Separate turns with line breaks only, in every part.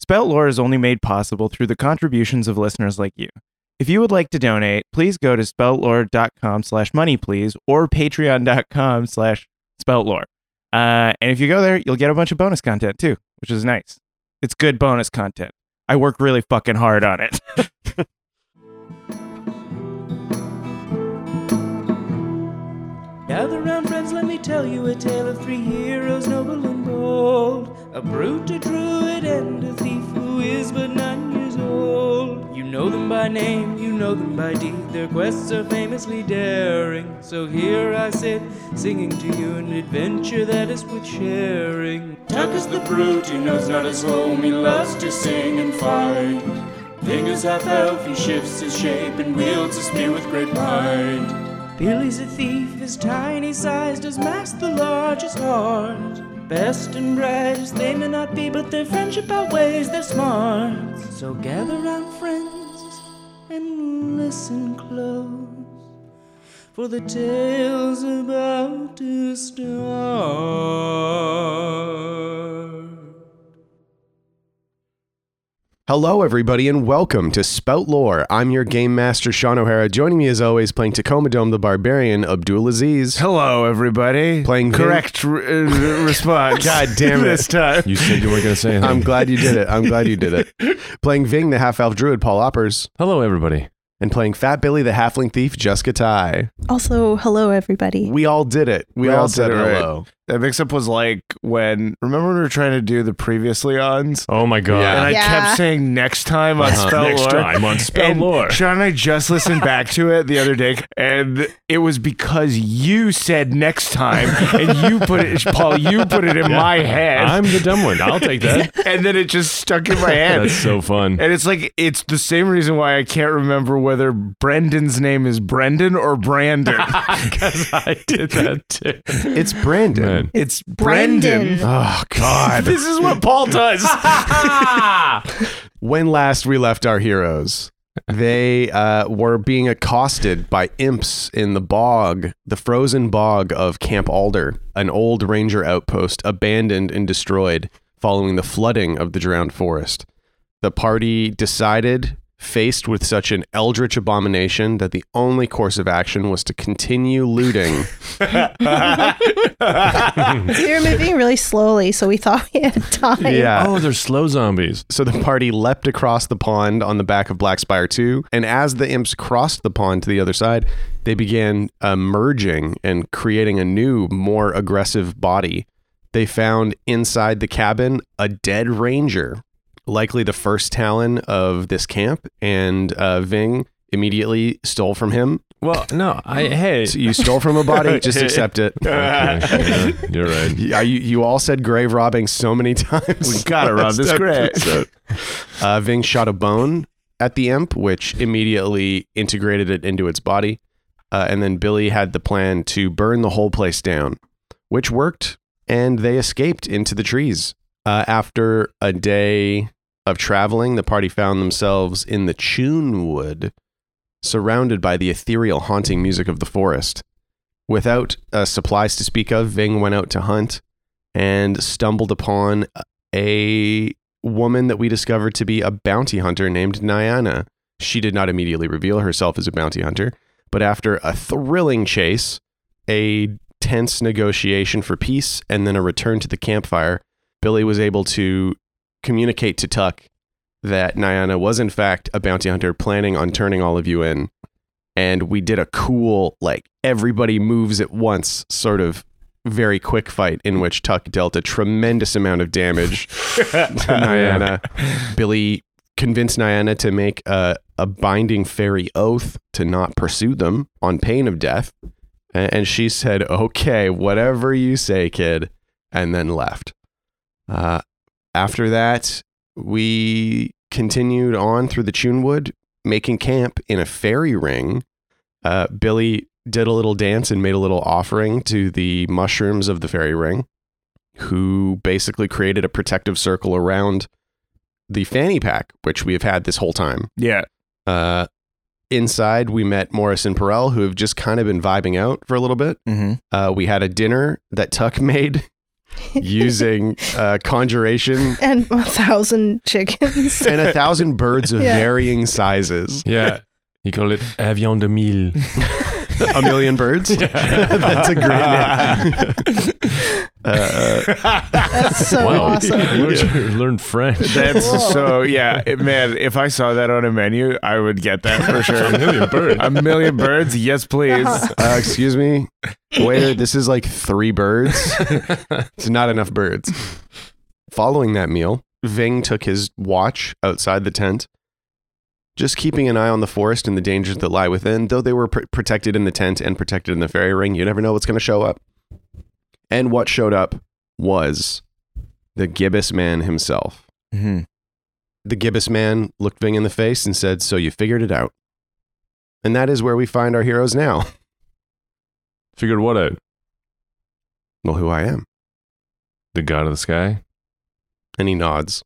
Spout Lore is only made possible through the contributions of listeners like you. If you would like to donate, please go to spoutlore.com slash money, please, or patreon.com slash spoutlore. Uh, and if you go there, you'll get a bunch of bonus content too, which is nice. It's good bonus content. I work really fucking hard on it.
Gather round, friends, let me tell you a tale of three heroes, noble and bold. A brute, a druid, and a thief who is but nine years old. You know them by name, you know them by deed. Their quests are famously daring. So here I sit, singing to you an adventure that is worth sharing. Tuck is the brute, he knows not his home, he loves to sing and fight. Fingers half elf, he shifts his shape and wields a spear with great might. Billy's a thief, his tiny size does mask the largest heart. Best and brightest they may not be, but their friendship outweighs their smarts. So gather round, friends, and listen close, for the tale's about to start.
Hello, everybody, and welcome to Spout Lore. I'm your game master, Sean O'Hara. Joining me, as always, playing Tacoma Dome the Barbarian, Abdul Aziz.
Hello, everybody.
Playing Vin-
correct re- uh, response.
God damn it.
this time.
You said you weren't going to say anything.
I'm glad you did it. I'm glad you did it. playing Ving, the half elf druid, Paul Oppers,
Hello, everybody.
and playing Fat Billy, the halfling thief, Jessica Ty.
Also, hello everybody.
We all did it. We,
We
all,
all did
said
it right.
hello.
That mix up was like when, remember when we were trying to do the previously ons?
Oh my god.
Yeah.
And I
Yeah.
kept saying next time on
Uh-huh.
Spell
Next
Lore.
time on Spell
and
Lore.
Sean and I just listened back to it the other day, and it was because you said next time, and you put it, Paul, you put it in
Yeah.
my head.
I'm the dumb one. I'll take that.
and then it just stuck in my head.
That's so fun.
And it's like it's the same reason why I can't remember whether Brendan's name is Brendan or Brandon.
Because I did that too.
It's Brandon.
Man.
it's Brendan.
Oh, God.
This is what Paul does. Ah.
when last we left our heroes, they uh, were being accosted by imps in the bog, the frozen bog of Camp Alder, an old ranger outpost abandoned and destroyed following the flooding of the drowned forest. The party decided, faced with such an eldritch abomination, that the only course of action was to continue looting.
We were moving really slowly, so we thought we had time.
oh, they're slow zombies.
So the party leapt across the pond on the back of Black Spire 2. And as the imps crossed the pond to the other side, they began uh, merging and creating a new, more aggressive body. They found inside the cabin a dead ranger, likely the first Talon of this camp. And uh, Ving immediately stole from him.
Well, no, I hey.
So you stole from a body, just accept it.
Okay, yeah, you're right.
Yeah, you, you all said grave robbing so many times.
We gotta rob this grave.
Uh, Ving shot a bone at the imp, which immediately integrated it into its body. Uh, and then Billy had the plan to burn the whole place down, which worked. And they escaped into the trees. Uh, after a day of traveling, the party found themselves in the Chune Wood, surrounded by the ethereal, haunting music of the forest. Without uh, supplies to speak of, Ving went out to hunt and stumbled upon a woman that we discovered to be a bounty hunter named Nyana. She did not immediately reveal herself as a bounty hunter, but after a thrilling chase, a tense negotiation for peace, and then a return to the campfire, Billy was able to communicate to Tuck that Nyana was, in fact, a bounty hunter planning on turning all of you in. And we did a cool, like, everybody moves at once sort of very quick fight in which Tuck dealt a tremendous amount of damage to Nyana. Billy convinced Nyana to make a, a binding fairy oath to not pursue them on pain of death. A- And she said, okay, whatever you say, kid, and then left. Uh, after that, we continued on through the Chunewood, making camp in a fairy ring. Uh, Billy did a little dance and made a little offering to the mushrooms of the fairy ring who basically created a protective circle around the fanny pack, which we have had this whole time.
yeah.
Uh, inside, we met Morris and Perel, who have just kind of been vibing out for a little bit.
mm-hmm.
Uh, we had a dinner that Tuck made using uh, conjuration
and a thousand chickens.
and a thousand birds of
Yeah.
varying sizes.
Yeah. He called it avion de mille.
A million birds. That's a Uh, great name.
That's so
wow.
awesome.
You learned- learned French.
That's so yeah, it- man. If I saw that on a menu, I would get that for sure. a million birds. A million birds. Yes, please.
Uh-huh.
Uh, excuse me, waiter. This is like three birds. it's not enough birds. Following that meal, Ving took his watch outside the tent, just keeping an eye on the forest and the dangers that lie within. Though they were pr- protected in the tent and protected in the fairy ring, you never know what's going to show up. And what showed up was the gibbous man himself.
Mm-hmm.
The gibbous man looked Ving in the face and said, "So you figured it out." And that is where we find our heroes now.
Figured what out?
Well, who I am.
The god of the sky?
And he nods.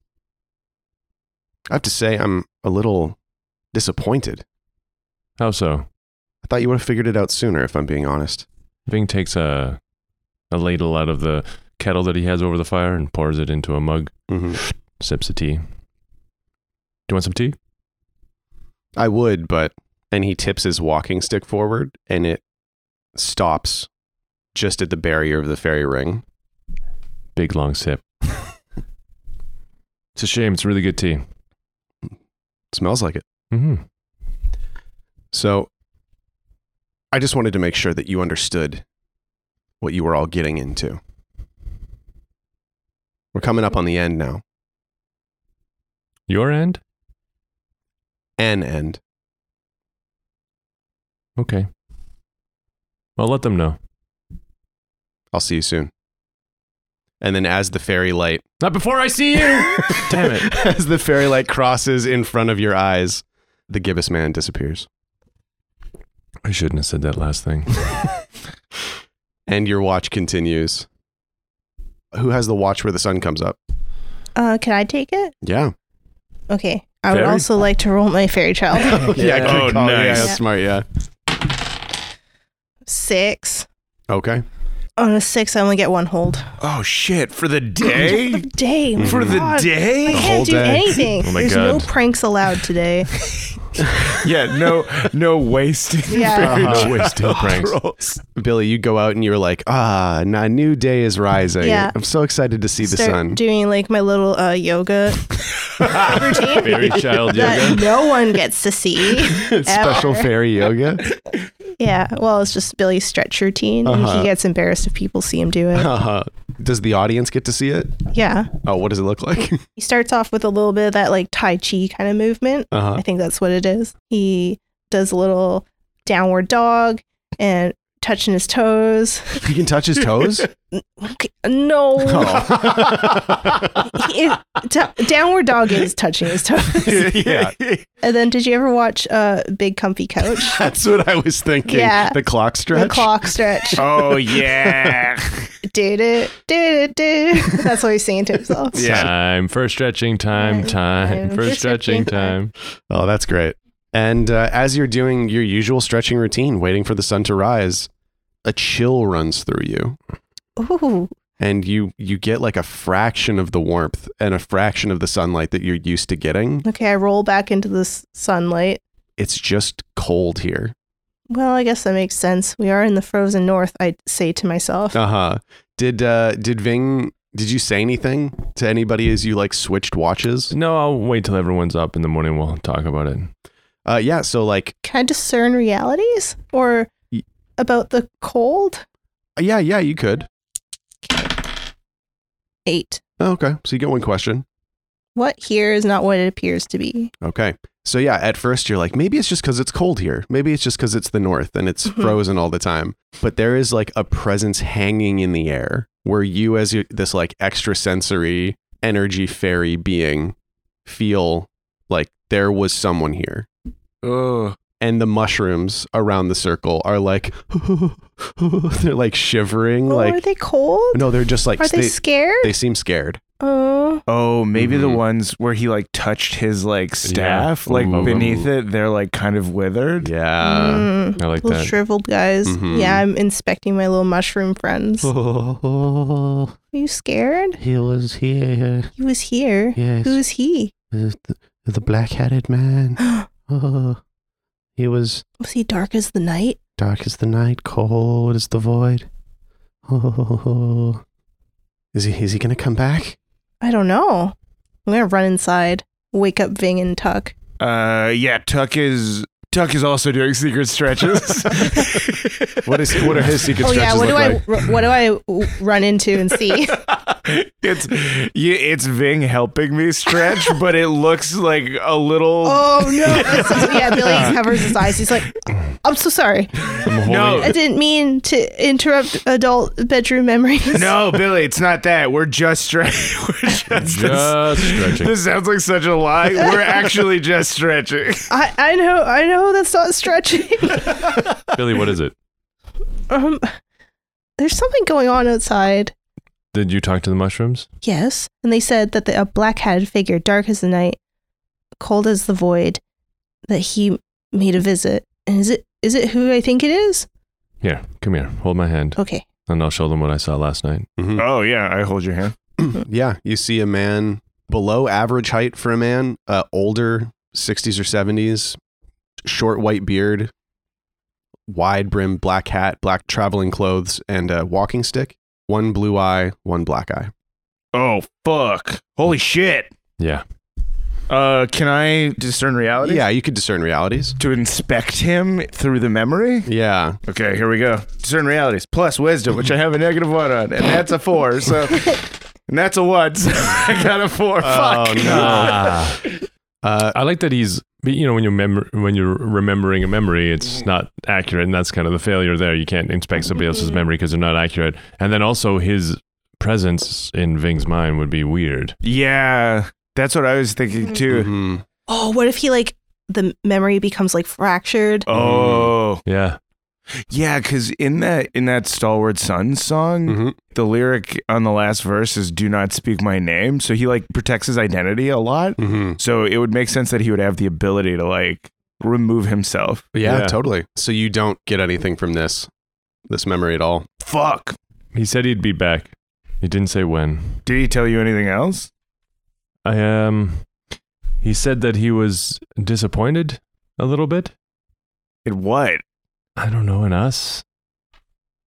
I have to say, I'm a little disappointed.
How so?
I thought you would have figured it out sooner, if I'm being honest.
Ving takes a, a ladle out of the kettle that he has over the fire and pours it into a mug,
Mm-hmm.
sips the tea. Do you want some tea?
I would, but. And he tips his walking stick forward, and it stops just at the barrier of the fairy ring.
Big long sip. it's a shame. It's really good tea.
smells like it.
Mm-hmm.
So I just wanted to make sure that you understood what you were all getting into. We're coming up on the end now.
Your end?
An end.
Okay. Well, let them know.
I'll see you soon. And then as the fairy light
Not before I see you! Damn it.
as the fairy light crosses in front of your eyes, the gibbous man disappears.
I shouldn't have said that last thing.
And your watch continues. Who has the watch where the sun comes up?
Uh, can I take it?
Yeah.
Okay. I would
Fairy?
also like to roll my fairy child.
yeah, good
Oh,
call. Yeah,
nice.
that's smart, yeah.
six.
Okay.
On a six, I only get one hold.
Oh shit! For the day.
Day. my
For the
God. I
day.
Hmm. whole
can't do
day.
anything.
Oh my
There's no
God.
pranks allowed today.
Yeah. No. No wasting.
Yeah.
Uh-huh,
No wasted pranks.
rolls.
Billy, you go out and you're like, ah, n- a new day is rising.
Yeah.
I'm so excited to see the
Start
sun.
doing like my little uh, yoga routine
Fairy child
that
yoga.
no one gets to see.
Special
ever.
fairy yoga.
Yeah. Well, it's just Billy's stretch routine. and
Uh-huh.
He gets embarrassed if people see him do it.
Uh-huh. Does the audience get to see it?
Yeah.
Oh, what does it look like?
He starts off with a little bit of that like Tai Chi kind of movement.
Uh-huh.
I think that's what it is. He does a little downward dog and touching his toes.
He can touch his toes?
Okay, no. He- it- t- downward dog is touching his toes.
yeah.
and then did you ever watch uh, Big Comfy Couch?
That's what I was thinking.
Yeah.
The clock stretch.
The clock stretch.
Oh yeah.
Did it, did it, did it. That's what he's saying to himself.
Yeah.
Time for stretching time, time for stretching time.
Oh, that's great. And uh, as you're doing your usual stretching routine, waiting for the sun to rise, a chill runs through you,
Ooh.
and you you get like a fraction of the warmth and a fraction of the sunlight that you're used to getting.
Okay, I roll back into the s- sunlight.
It's just cold here.
Well, I guess that makes sense. We are in the frozen north, I say to myself.
Uh huh. Did uh did Ving? Did you say anything to anybody as you like switched watches?
No, I'll wait till everyone's up in the morning. We'll talk about it.
Uh, yeah. So like,
Can I discern realities or
Y-
about the cold?
yeah, yeah, you could.
Eight.
Oh, okay. So you get one question.
What here is not what it appears to be.
Okay. So yeah, at first you're like, maybe it's just because it's cold here. Maybe it's just because it's the north and it's frozen all the time. But there is like a presence hanging in the air where you, as you, this like extrasensory energy fairy being, feel like there was someone here.
Oh.
And the mushrooms around the circle are like, they're like shivering.
Oh, are
like,
they cold?
no, they're just like,
are they, scared?
they seem scared.
oh,
Oh, maybe the
Mhm.
ones where he like touched his like staff, like
Ooh.
beneath it, they're like kind of withered.
Yeah.
Mm.
I like
little
that.
shriveled guys.
Mhm.
Yeah, I'm inspecting my little mushroom friends. Are you scared?
He was here.
He was here.
Yes.
Who's he?
the, the black hatted man.
was
Oh. He was
he dark as the night?
dark as the night, cold as the void. Oh. Is he is he gonna come back?
I don't know. I'm gonna run inside, wake up Ving and Tuck.
Uh, yeah, Tuck is Tuck is also doing secret stretches.
What is what are his secret
oh yeah,
stretches
what do
look
I
like?
r- what do I w- run into and see?
it's yeah, it's Ving helping me stretch, but it looks like a little.
oh no! yeah, Billy covers his eyes. He's like, "I'm so sorry.
no,
I didn't mean to interrupt adult bedroom memories."
no, Billy, it's not that. We're just stretching. We're just. this,
Just stretching.
this sounds like such a lie. We're actually just stretching.
I, I know I know that's not stretching.
Billy, what is it?
um, there's something going on outside.
Did you talk to the mushrooms?
Yes, and they said that the, a black-hatted figure, dark as the night, cold as the void, that he made a visit. And is it is it who I think it is?
Here, come here. Hold my hand,
Okay.
and I'll show them what I saw last night.
Mhm.
Oh yeah, I hold your hand.
yeah, you see a man below average height for a man, uh, older, 60s or 70s, short white beard, wide brim black hat, black traveling clothes, and a walking stick. One blue eye, one black eye.
Oh fuck! Holy shit!
Yeah.
Uh, can I discern reality?
Yeah, you could discern realities.
To inspect him through the memory.
Yeah.
Okay, here we go. Discern realities plus wisdom, which I have a negative one on, and that's a four. So, and that's a one. So I got a four.
Oh,
Fuck.
Ah.
Uh,
I like that he's. You know, when you're mem- when you're remembering a memory, it's not accurate, and that's kind of the failure there. You can't inspect somebody else's memory because they're not accurate. And then also his presence in Ving's mind would be weird.
Yeah, that's what I was thinking too.
mhm.
Oh, what if he like the memory becomes like fractured?
Oh,
Yeah,
yeah, because in that in that stalwart son song,
Mhm.
the lyric on the last verse is "Do not speak my name," so he like protects his identity a lot.
Mhm.
So it would make sense that he would have the ability to like remove himself.
Yeah,
Yeah.
totally. So you don't get anything from this this memory at all.
Fuck.
he said he'd be back. He didn't say when.
Did he tell you anything else?
I um he said that he was disappointed a little bit.
In what?
I don't know in us.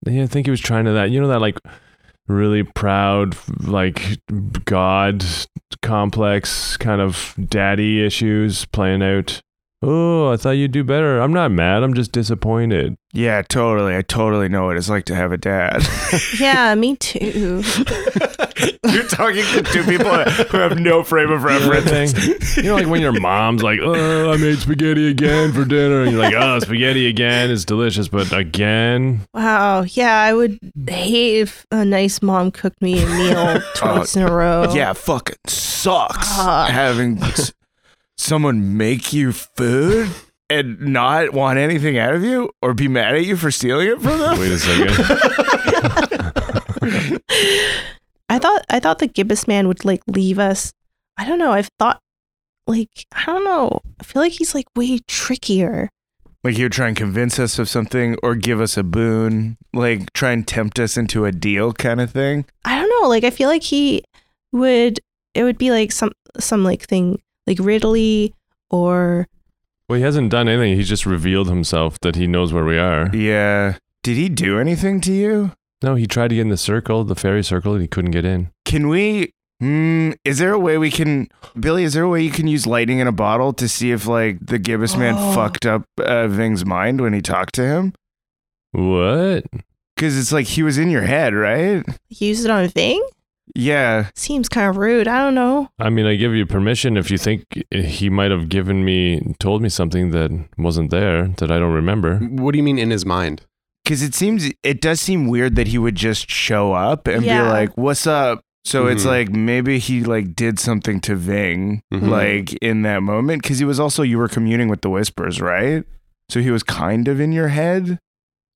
Yeah, I think he was trying to that. You know that like really proud like god complex kind of daddy issues playing out. Oh, I thought you'd do better. I'm not mad. I'm just disappointed.
Yeah, totally. I totally know what it's like to have a dad.
Yeah, me too.
You're talking to two people who have no frame of
You know, that
reference.
thing? you know like when your mom's like, "Oh, I made spaghetti again for dinner." And you're like, "Oh, spaghetti again is delicious, but again?"
Wow. Yeah, I would hate if a nice mom cooked me a meal twice in a row.
Yeah, fucking sucks
Fuck.
having s- someone make you food and not want anything out of you or be mad at you for stealing it from them.
Wait a second.
I thought I thought the gibbous man would like leave us. I don't know. I've thought like I don't know. I feel like he's like way trickier.
Like he would try and convince us of something or give us a boon, like try and tempt us into a deal kind of thing.
I don't know. Like I feel like he would it would be like some some like thing like Ridley or
Well, he hasn't done anything. He's just revealed himself that he knows where we are.
Yeah. Did he do anything to you?
No, he tried to get in the circle, the fairy circle, and he couldn't get in.
Can we? Mm, is there a way we can, Billy? Is there a way you can use lightning in a bottle to see if like the gibbous man
Oh.
fucked up uh, Ving's mind when he talked to him?
What?
Because it's like he was in your head, right?
use it on Ving?
Yeah.
Seems kind of rude. I don't know.
I mean, I give you permission if you think he might have given me, told me something that wasn't there that I don't remember.
What do you mean in his mind?
Because it seems it does seem weird that he would just show up and be
Yeah.
like, "What's up?" So it's
Mhm.
like maybe he like did something to Ving
Mhm.
like in that moment because he was also you were communing with the whispers, right? So he was kind of in your head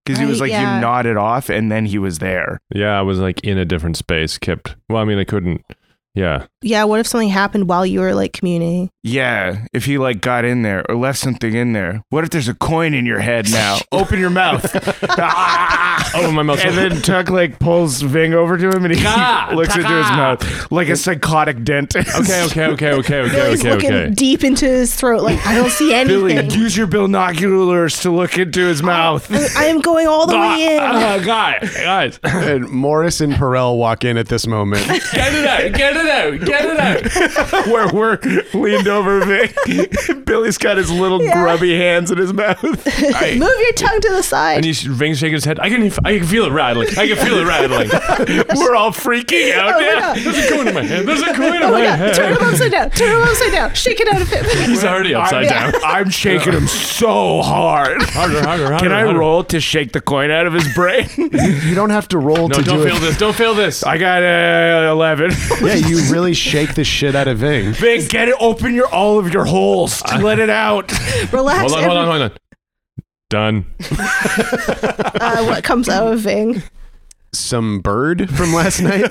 because he was like
Right, yeah.
you nodded off and then he was there.
Yeah, I was like in a different space, kept. Well, I mean, I couldn't. Yeah,
yeah, what if something happened while you were like communing?
Yeah, if he like got in there or left something in there. What if there's a coin in your head now? Open your mouth. Ah!
Open Oh, my mouth.
And then Tuck like pulls Ving over to him and he
Ka!
looks into his
Taka!
mouth like a psychotic dentist.
Okay, okay, okay, okay, okay,
Billy's
okay,
looking
okay.
deep into his throat, like I don't see
Billy,
anything.
use your binoculars to look into his mouth.
I am going all the
Ah,
way in.
ah, guys, guys,
And Morris and Perel walk in at this moment.
get it out, get it out, get it out.
Where we're leaned over Ving. Billy's got his little
Yeah.
grubby hands in his mouth.
Move your tongue to the
And
side.
he's Ving shaking his head. I can, I can feel it rattling. I can feel it rattling.
We're all freaking out
Oh my
now.
God.
There's a coin in my hand. There's a coin in
Oh
my
my god, turn
hand.
him upside down, turn him upside down, shake it out of him.
He's already upside down.
I'm, I'm shaking him so hard.
Harder, harder, harder.
Can I
harder.
roll to shake the coin out of his brain?
You don't have to roll
No,
to
don't
do
feel
it.
this. Don't feel this.
I got a eleven.
Yeah, you really shake the shit out of Ving.
Big, get it. Open your all of your holes. Let it out.
Relax.
Hold on, hold on, hold on. Done.
every- uh, what comes out of Ving?
Some bird from last night.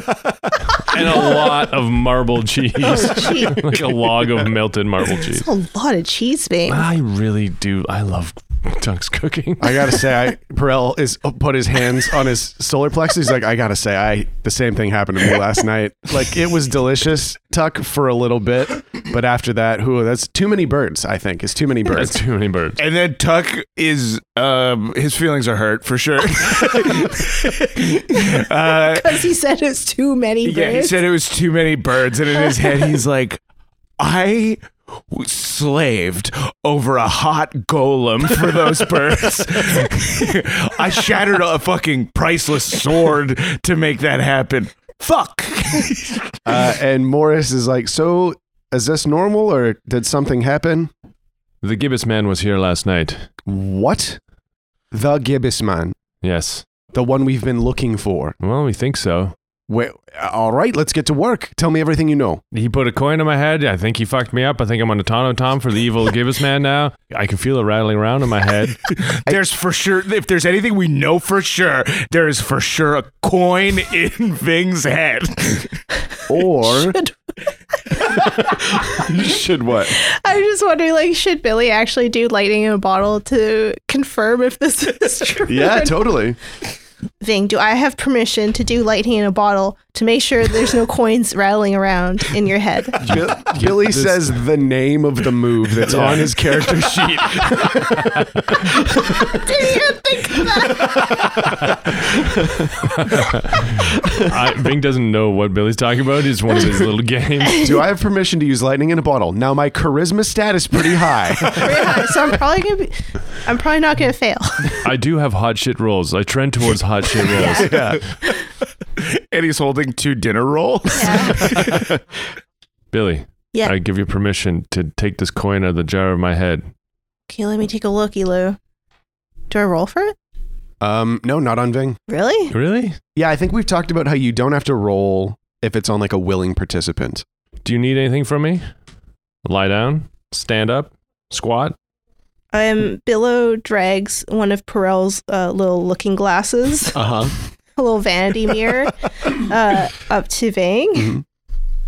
And a lot of marble cheese.
Oh, gee.
like a log of melted marble cheese.
That's a lot of cheese, Ving.
I really do. I love Dunk's cooking.
I gotta say, I, Perel is put his hands on his solar plexus. He's like, I gotta say, I the same thing happened to me last night. Like it was delicious, Tuck for a little bit, but after that, who? That's too many birds. I think it's too many
That's
birds.
too many birds.
And then Tuck is um his feelings are hurt for sure. uh,
Because he said it's too many
yeah, he
birds.
said it was too many birds, and in his head he's like, I w- slaved over a hot golem for those birds. I shattered a fucking priceless sword to make that happen. Fuck.
Uh, and Morris is like, so is this normal or did something happen?
The gibbous man was here last night.
What? The gibbous man,
Yes.
the one we've been looking for.
Well, we think so.
Wait, all right, let's get to work. Tell me everything you know.
He put a coin in my head. I think he fucked me up. I think I'm on a tom for the evil gibbous man now. I can feel it rattling around in my head.
There's for sure, if there's anything we know for sure, there is for sure a coin in Ving's head.
Or
Should-
should what?
I'm just wondering, like, should Billy actually do lightning in a bottle to confirm if this is true?
Yeah, totally.
Ving, do I have permission to do lightning in a bottle to make sure there's no coins rattling around in your head?
Bill, Billy says the name of the move that's on his character sheet.
Didn't even think of that.
I, Bing doesn't know what Billy's talking about. It's one of his little games.
Do I have permission to use lightning in a bottle? Now my charisma stat is pretty high.
Pretty high, so I'm probably gonna be, I'm probably not gonna fail.
I do have hot shit rolls. I trend towards hot shit rolls.
and he's holding two dinner rolls.
Yeah.
Billy,
Yeah.
I give you permission to take this coin out of the jar of my head.
Can you let me take a look, Elu? Do I roll for it?
Um, no, not on Ving.
Really?
Really?
Yeah, I think we've talked about how you don't have to roll if it's on like a willing participant.
Do you need anything from me? Lie down, stand up, squat.
Um, Billow drags one of Perel's uh, little looking glasses,
Uh huh.
a little vanity mirror, uh, up to Vang,
Mhm.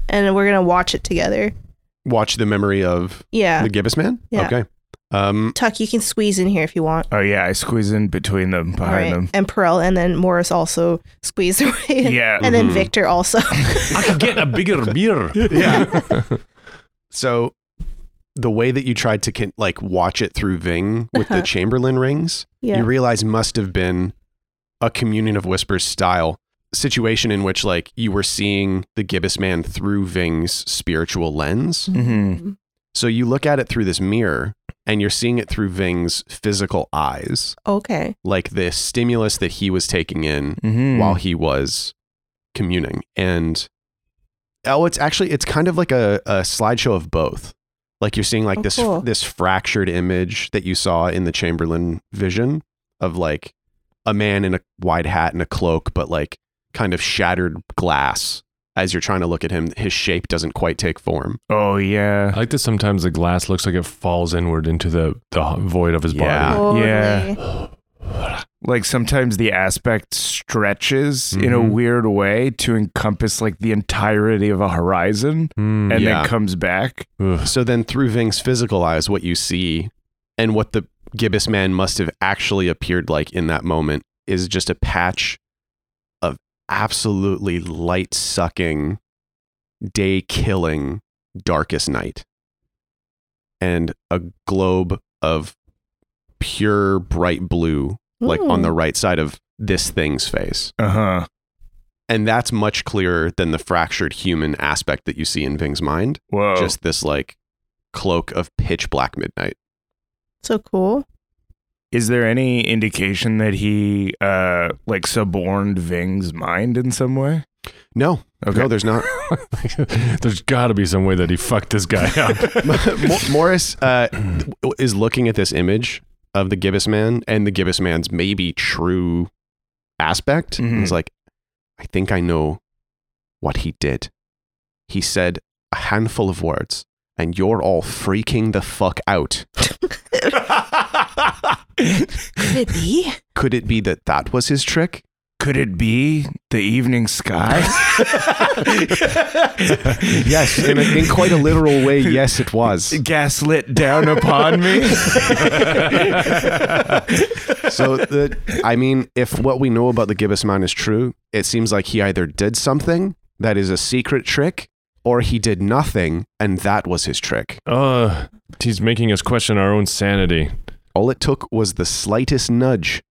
and we're gonna watch it together.
Watch the memory of
Yeah,
the gibbous man.
Yeah.
Okay. Um,
Tuck, you can squeeze in here if you want.
Oh, yeah, I squeeze in between them,
All right,
behind them.
and Perel, and then Morris also squeezed away. And,
Yeah.
and then
Mhm.
Victor also.
I could get a bigger beer.
yeah. so the way that you tried to con- like watch it through Ving with the
Uh-huh.
Chamberlain rings,
yeah,
you realize must have been a communion of whispers style situation in which like you were seeing the gibbous man through ving's spiritual lens
hmm
so you look at it through this mirror and you're seeing it through ving's physical eyes
okay,
like the stimulus that he was taking in
Mm.
hmm
while he was communing and oh it's actually it's kind of like a, a slideshow of both like you're seeing like
Oh,
this
cool.
this fractured image that you saw in the chamberlain vision of like a man in a wide hat and a cloak but like kind of shattered glass as you're trying to look at him his shape doesn't quite take form
Oh, yeah.
I like that sometimes the glass looks like it falls inward into the, the void of his
Ah, Yeah.
Oh,
body.
totally.
yeah. like sometimes the aspect stretches in a
Mm-hmm.
Mhm.
weird way to encompass like the entirety of a horizon
Mm.
and
Yeah.
then comes back.
Ugh.
So then, through Ving's physical eyes, what you see and what the gibbous man must have actually appeared like in that moment is just a patch of absolutely light sucking, day killing, darkest night. And a globe of pure bright blue, like on the
Ooh.
right side of this thing's face.
Uh huh.
And that's much clearer than the fractured human aspect that you see in Ving's mind
Whoa.
just this like cloak of pitch black midnight.
So cool.
Is there any indication that he uh like suborned Ving's mind in some way?
No, no, there's not.
There's got to be some way that he fucked this guy up.
Mo- Morris uh, is looking at this image of the gibbous man and the gibbous man's maybe true aspect.
Mhm.
He's like, I think I know what he did. He said a handful of words, and you're all freaking the fuck out.
Could it be?
Could it be that that was his trick?
Could it be the evening sky?
Yes, in, a, in quite a literal way. Yes, it was.
Gaslit down upon me.
So the, I mean, if what we know about the gibbous man is true, it seems like he either did something that is a secret trick, or he did nothing and that was his trick.
uh, he's making us question our own sanity.
All it took was the slightest nudge,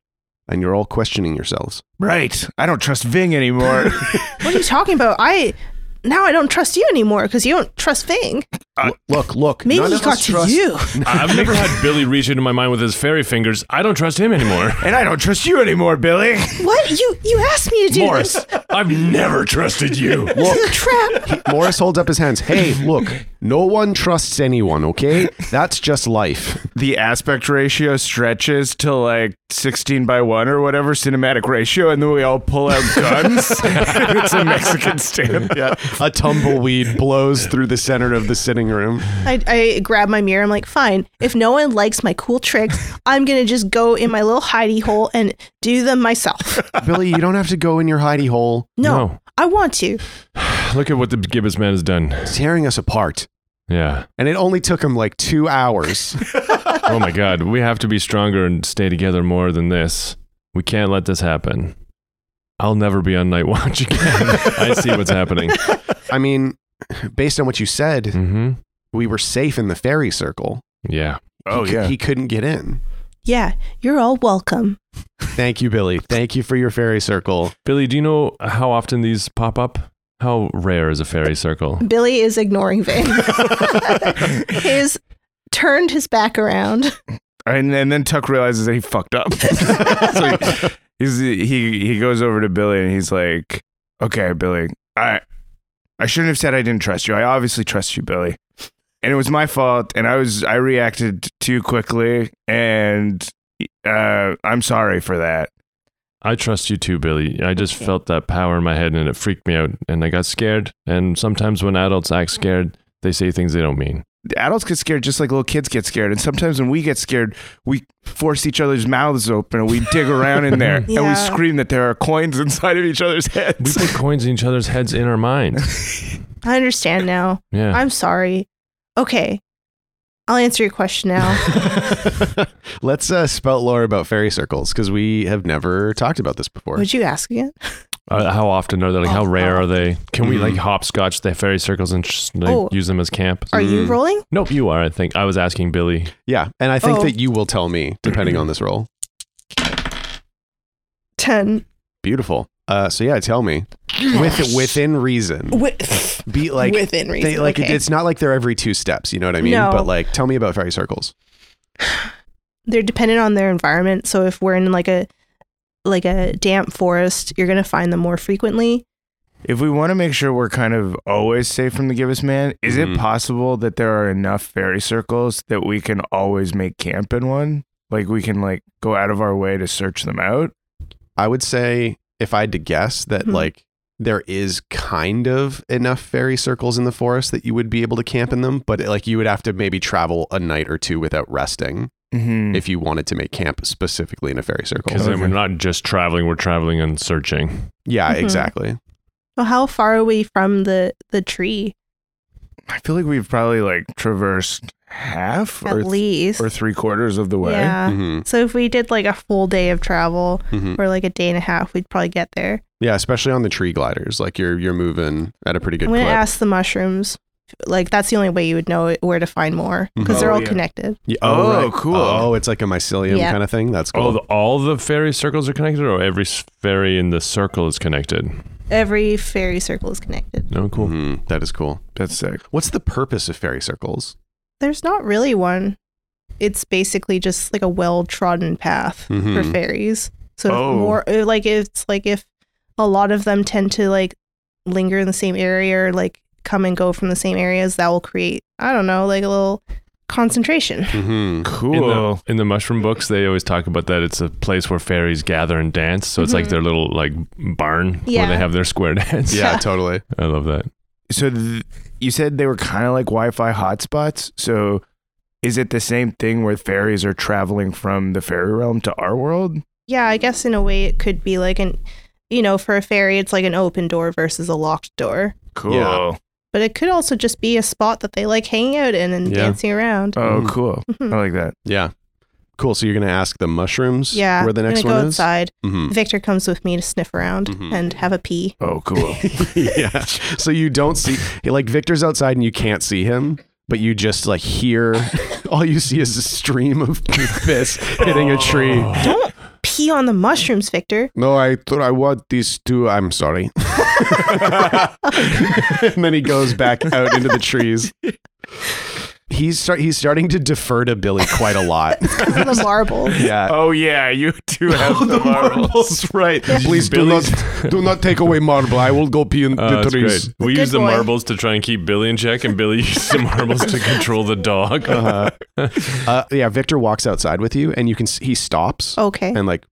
and you're all questioning yourselves.
right. I don't trust Ving anymore.
What are you talking about? I now I don't trust you anymore because you don't trust Fang.
L- look, look.
Maybe
none
he
of
got
us
to
trust-
you.
I've never had Billy reach into my mind with his fairy fingers. I don't trust him anymore.
and I don't trust you anymore, Billy.
What you you asked me to do
Morris,
this?
I've never trusted you.
This is a trap.
Morris holds up his hands. Hey, look, no one trusts anyone, okay? That's just life.
The aspect ratio stretches to like 16 by 1 or whatever cinematic ratio, and then we all pull out guns. it's a Mexican stand.
Yeah. A tumbleweed blows through the center of the sitting room.
I, I grab my mirror. I'm like, fine. If no one likes my cool tricks, I'm gonna just go in my little hidey hole and do them myself.
Billy, you don't have to go in your hidey hole.
No, I want to.
Look at what the Gibbous man has done.
It's tearing us apart.
Yeah.
And it only took him like two hours.
Oh my God. We have to be stronger and stay together more than this. We can't let this happen. I'll never be on night watch again. I see what's happening.
I mean, based on what you
Mm.
said,
Mm-hmm.
we were safe in the fairy circle.
Yeah.
Oh,
he, cou-
yeah.
he couldn't get in.
Yeah, you're all welcome.
Thank you, Billy. Thank you for your fairy circle.
Billy, do you know how often these pop up? How rare is a fairy circle?
Billy is ignoring Vane. He's turned his back around.
And, and then Tuck realizes that he fucked up. so he, he's, he, he goes over to Billy and he's like, okay, Billy, I, I shouldn't have said I didn't trust you. I obviously trust you, Billy. And it was my fault. And I was, I reacted too quickly. And uh, I'm sorry for that.
I trust you too, Billy. I just
Okay.
felt that power in my head and it freaked me out and I got scared. And sometimes when adults act scared, they say things they don't mean.
adults get scared just like little kids get scared. And sometimes when we get scared, we force each other's mouths open and we dig around in there and
Yeah.
we scream that there are coins inside of each other's
We
heads.
put coins in each other's heads in our mind.
I understand now.
Yeah.
I'm sorry. Okay, I'll answer your question now.
Let's uh, spout lore about fairy circles because we have never talked about this before.
Would you ask again?
Uh, how often are they? Like, how
Oh,
rare
how
are they? Can we
Mhm.
like hopscotch the fairy circles and just, like,
Oh.
use them as camp?
Are you
Mm.
rolling?
Nope, you are. I think I was asking Billy.
yeah. And I think
Oh.
that you will tell me depending on this role.
Ten.
Beautiful. Uh, so, yeah, tell me With, within reason.
With,
Be like,
within reason.
they, like it-
okay.
it's not like they're every two steps. You know what I mean?
No.
But like, tell me about fairy circles.
They're dependent on their environment. So if we're in like a like a damp forest, you're gonna find them more frequently.
if we want to make sure we're kind of always safe from the gibbous man, is
Mhm.
Mm-hmm.
it possible that there are enough fairy circles that we can always make camp in one? Like we can like go out of our way to search them out?
I would say if I had to guess that
Hmm.
like there is kind of enough fairy circles in the forest that you would be able to camp in them, but like you would have to maybe travel a night or two without resting
Mhm.
Mm-hmm.
if you wanted to make camp specifically in a fairy circle.
Hmm. Because then we're not just traveling, we're traveling and searching.
Yeah,
Mhm.
exactly.
Well, how far are we from the the tree?
I feel like we've probably like traversed half
At
or, th-
least.
or three quarters of the way.
Yeah.
Mhm,
So if we did like a full day of travel
mhm.
or like a day and a half, we'd probably get there.
Yeah, especially on the tree gliders. Like you're you're moving at a pretty good
I'm
clip.
gonna ask the mushrooms. Like that's the only way you would know it- where to find more because
Mhm.
they're
Oh,
all
yeah.
connected.
Yeah,
Oh, cool.
Oh, it's like a mycelium
Yeah.
kind of thing. That's
Oh,
cool.
the, all the fairy circles are connected, or every s- fairy in the circle is connected?
Every fairy circle is connected.
No, cool.
Mhm, that is cool.
That's sick.
What's the purpose of fairy circles?
There's not really one. It's basically just like a well trodden path for
Mhm.
fairies. So if
Oh.
more uh, like it's like if a lot of them tend to like linger in the same area or like come and go from the same areas, that will create I don't know like a little concentration.
Mhm.
Cool.
In the, in the mushroom books, they always talk about that it's a place where fairies gather and dance. So it's like
Mhm.
their little like barn
Yeah.
where they have their square dance.
Yeah, totally.
I love that.
so th- you said they were kind of like Wi-Fi hotspots. So is it the same thing where fairies are traveling from the fairy realm to our world?
Yeah, I guess in a way it could be like an you know for a fairy it's like an open door versus a locked door.
Cool.
Yeah.
But it could also just be a spot that they like hanging out in and
Yeah.
dancing around.
Oh,
Mhm.
cool. I like that.
Yeah. Cool. So you're gonna ask the mushrooms
yeah,
where the
I'm
next
gonna
one
go
is?
outside.
Mhm.
Victor comes with me to sniff around
Mhm.
and have a pee.
Oh, cool.
yeah. So you don't see like Victor's outside and you can't see him, but you just like hear all you see is a stream of piss hitting a tree.
Don't pee on the mushrooms, Victor.
No, I thought I want these two. I'm sorry. and then he goes back out into the trees. He's start, he's starting to defer to Billy quite a lot.
the marble.
Yeah.
oh yeah, you do have the marbles.
right. Please do not do not take away marble. I will go pee in
Uh,
the
that's
trees.
great. We
Good
use the
boy.
marbles to try and keep Billy in check, and Billy uses the marbles to control the dog.
Uh-huh. uh, yeah, Victor walks outside with you, and you can s- he stops
Okay.
and like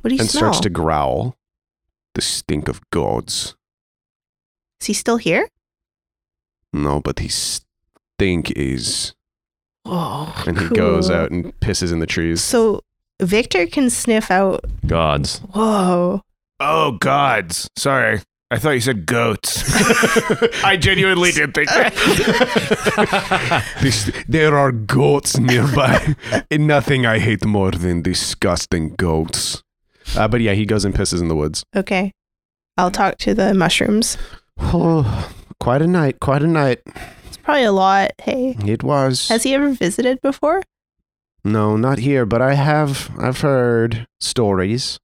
what do you
and
smell?
starts to growl. The stink of gods.
Is he still here?
No, but his stink is.
Oh,
And he goes out and pisses in the trees.
So Victor can sniff out.
Gods.
Whoa.
Oh gods. Sorry. I thought you said goats. I genuinely did think that.
This, there are goats nearby. and nothing I hate more than disgusting goats. Uh, but yeah, he goes and pisses in the woods.
Okay. I'll talk to the mushrooms.
Oh, quite a night. Quite a night.
It's probably a lot. Hey,
It was.
has he ever visited before?
no, not here, but I have. I've heard stories.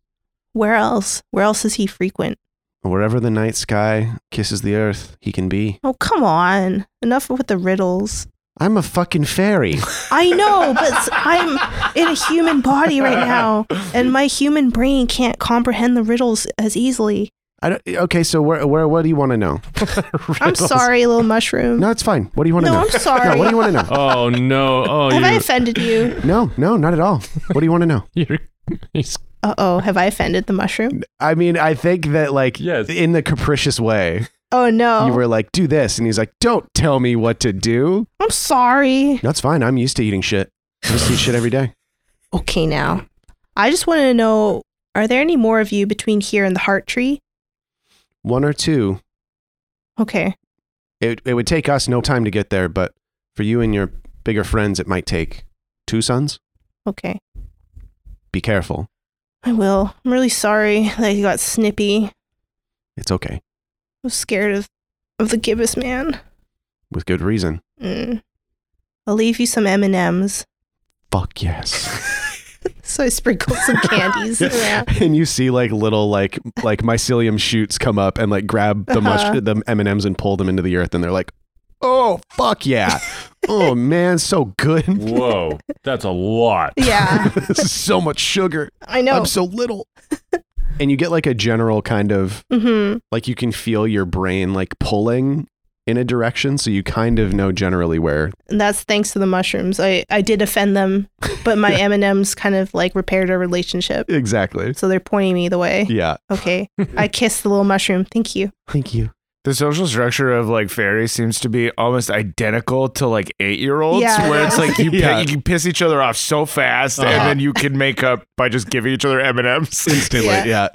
Where else? Where else is he frequent?
Wherever the night sky kisses the earth, he can be.
Oh, come on. Enough with the riddles.
I'm a fucking fairy.
I know, but s- I'm in a human body right now, and my human brain can't comprehend the riddles as easily.
I don't, okay, so where, where, what do you want to know?
I'm sorry, little mushroom.
No, it's fine. What do you want to
No,
know?
I'm sorry.
No, what do you want to know?
Oh no! Oh,
Have I
you,
offended you?
No, no, not at all. What do you want to know?
you're, he's
Uh oh, have I offended the mushroom?
I mean, I think that like
Yes.
in the capricious way,
Oh no.
you were like, "Do this," and he's like, "Don't tell me what to do."
I'm sorry.
That's fine. I'm used to eating shit. I just eat shit every day.
Okay, now. I just wanted to know are there any more of you between here and the heart tree?
One or two.
Okay.
It it would take us no time to get there, but for you and your bigger friends, it might take two sons.
Okay.
Be careful.
I will. I'm really sorry that you got snippy. I
It's okay.
was scared of, of the gibbous man.
With good reason.
Mm. I'll leave you some M&Ms.
Fuck yes.
So I sprinkled some candies around.
and you see like little like like mycelium shoots come up and like grab the mush
Uh-huh.
the M and M's and pull them into the earth, and they're like, "Oh fuck yeah! oh man, so good!
whoa. That's a lot.
Yeah,
this is so much sugar.
I know.
I'm so little." and you get like a general kind of
mm-hmm.
like you can feel your brain like pulling in a direction, so you kind of know generally where.
And that's thanks to the mushrooms. I, I did offend them, but my M&Ms kind of like repaired our relationship.
Exactly.
So they're pointing me the way.
Yeah.
Okay. I kissed the little mushroom. Thank you.
Thank you.
the social structure of like fairies seems to be almost identical to like eight year olds,
Yeah.
where it's like you, pi-
Yeah.
you can piss each other off so fast,
Uh-huh.
and then you can make up by just giving each other M and M's.
instantly.
Yeah.
Yeah.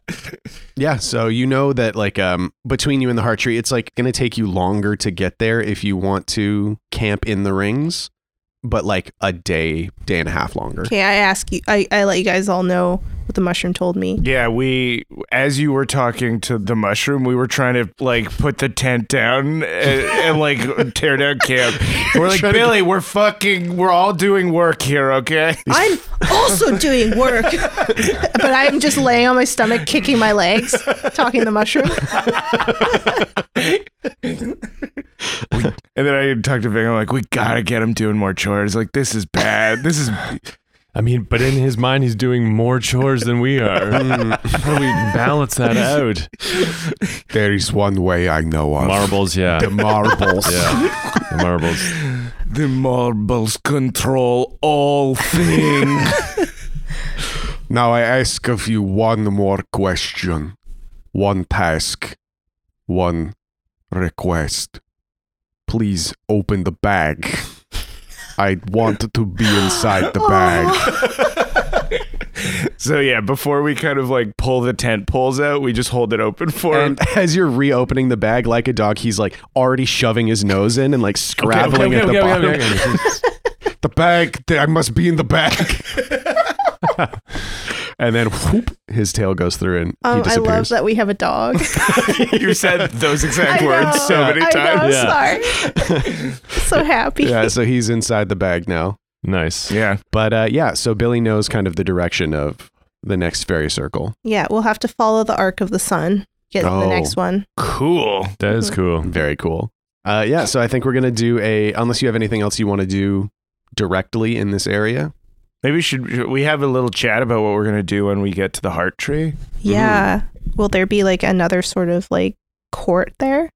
Yeah. So you know that like um between you and the heart tree, it's like gonna take you longer to get there if you want to camp in the rings, but like a day, day and a half longer.
Okay, I ask you. I, I let you guys all know what the mushroom told me.
Yeah, we as you were talking to the mushroom, we were trying to like put the tent down and, and like tear down camp. We're like
Trying to-
Billy, we're fucking, we're all doing work here, okay?
I'm also doing work, but I'm just laying on my stomach, kicking my legs, talking to the mushroom.
And then I talked to Ving. I'm like, we gotta get him doing more chores. Like this is bad. This is
I mean, but in his mind, he's doing more chores than we are. How do we balance that out?
There is one way I know
Marbles, yeah.
marbles.
yeah. The marbles.
the marbles control all things.
Now I ask of you one more question, one task, one request. Please open the bag. I want to be inside the bag.
so yeah, before we kind of like pull the tent poles out, we just hold it open for him.
And as you're reopening the bag like a dog, he's like already shoving his nose in and like scrabbling
okay,
at the
okay,
bottom.
okay, okay,
The bag, th- I must be in the bag. and then whoop, his tail goes through and
Um,
he
I
disappears.
love that we have a dog.
you said those exact
I
words
know,
so many
I know,
times.
Yeah.
I'm sorry. so happy.
yeah, so he's inside the bag now.
Nice.
Yeah.
But uh, yeah, so Billy knows kind of the direction of the next fairy circle.
Yeah, we'll have to follow the arc of the sun. Get
Oh.
the next one.
Cool.
That is cool.
Very cool. Uh, yeah, so I think we're gonna do a unless you have anything else you want to do directly in this area.
Maybe we should should we have a little chat about what we're gonna do when we get to the heart tree?
Yeah. Will there be like another sort of like court there?